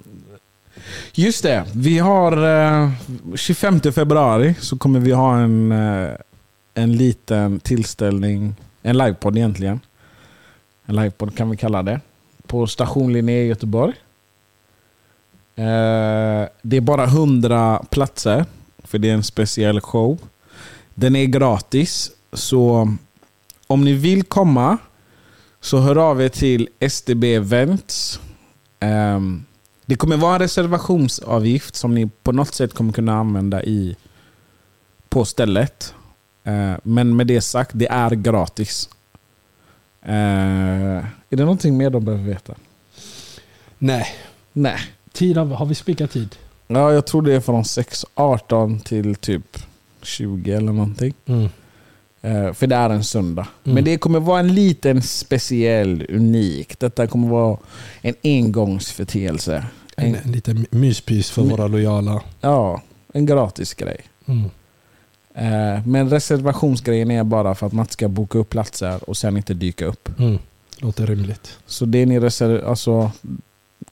Just det. Vi har... eh, 25 februari så kommer vi ha en, eh, en liten tillställning. En livepodd egentligen. En livepodd kan vi kalla det. På station Linné i Göteborg. Eh, Det är bara 100 platser. För det är en speciell show. Den är gratis. Så om ni vill komma så hör av er till SDB Events. Ehm, det kommer vara en reservationsavgift som ni på något sätt kommer kunna använda i på stället. Eh, men med det sagt, det är gratis. Eh, är det någonting mer de behöver veta?
Nej.
Nej.
Tid av, har vi spikat tid?
Ja, jag tror det är från 6.18 till typ 20 eller någonting.
Mm.
Eh, För det är en söndag.
Mm.
Men det kommer vara en liten speciell, unik. Detta kommer vara en engångsförteelse.
En,
En,
en liten myspys för våra lojala.
ja, en gratis grej.
Mm.
Eh, Men reservationsgrejen är bara för att man inte ska boka upp platser och sen inte dyka upp.
Mm. Låter rimligt.
Så det ni, reser- alltså,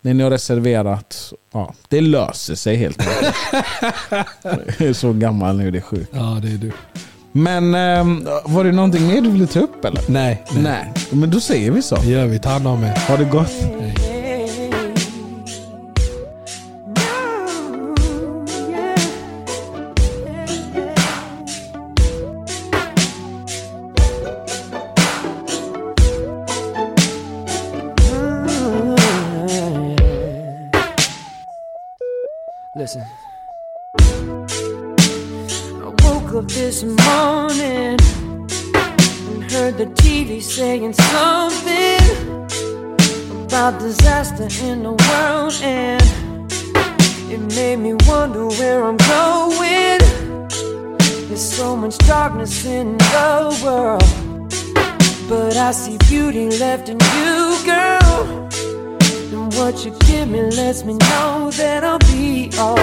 det ni har reserverat, ja, det löser sig helt enkelt. Jag är så gammal nu, det är sjukt.
Ja, det är du.
Men ehm, var det någonting mer du ville ta upp eller?
Nej, nej.
Nej, men då säger vi så.
Det gör vi. Ta hand om er.
Ha det gott.
Listen. I woke up this morning and heard the TV saying something about disaster in the world, and it made me wonder where I'm going. There's so much darkness in the world, but I see beauty left in you, girl. And what you give me lets me know that I'll be alright.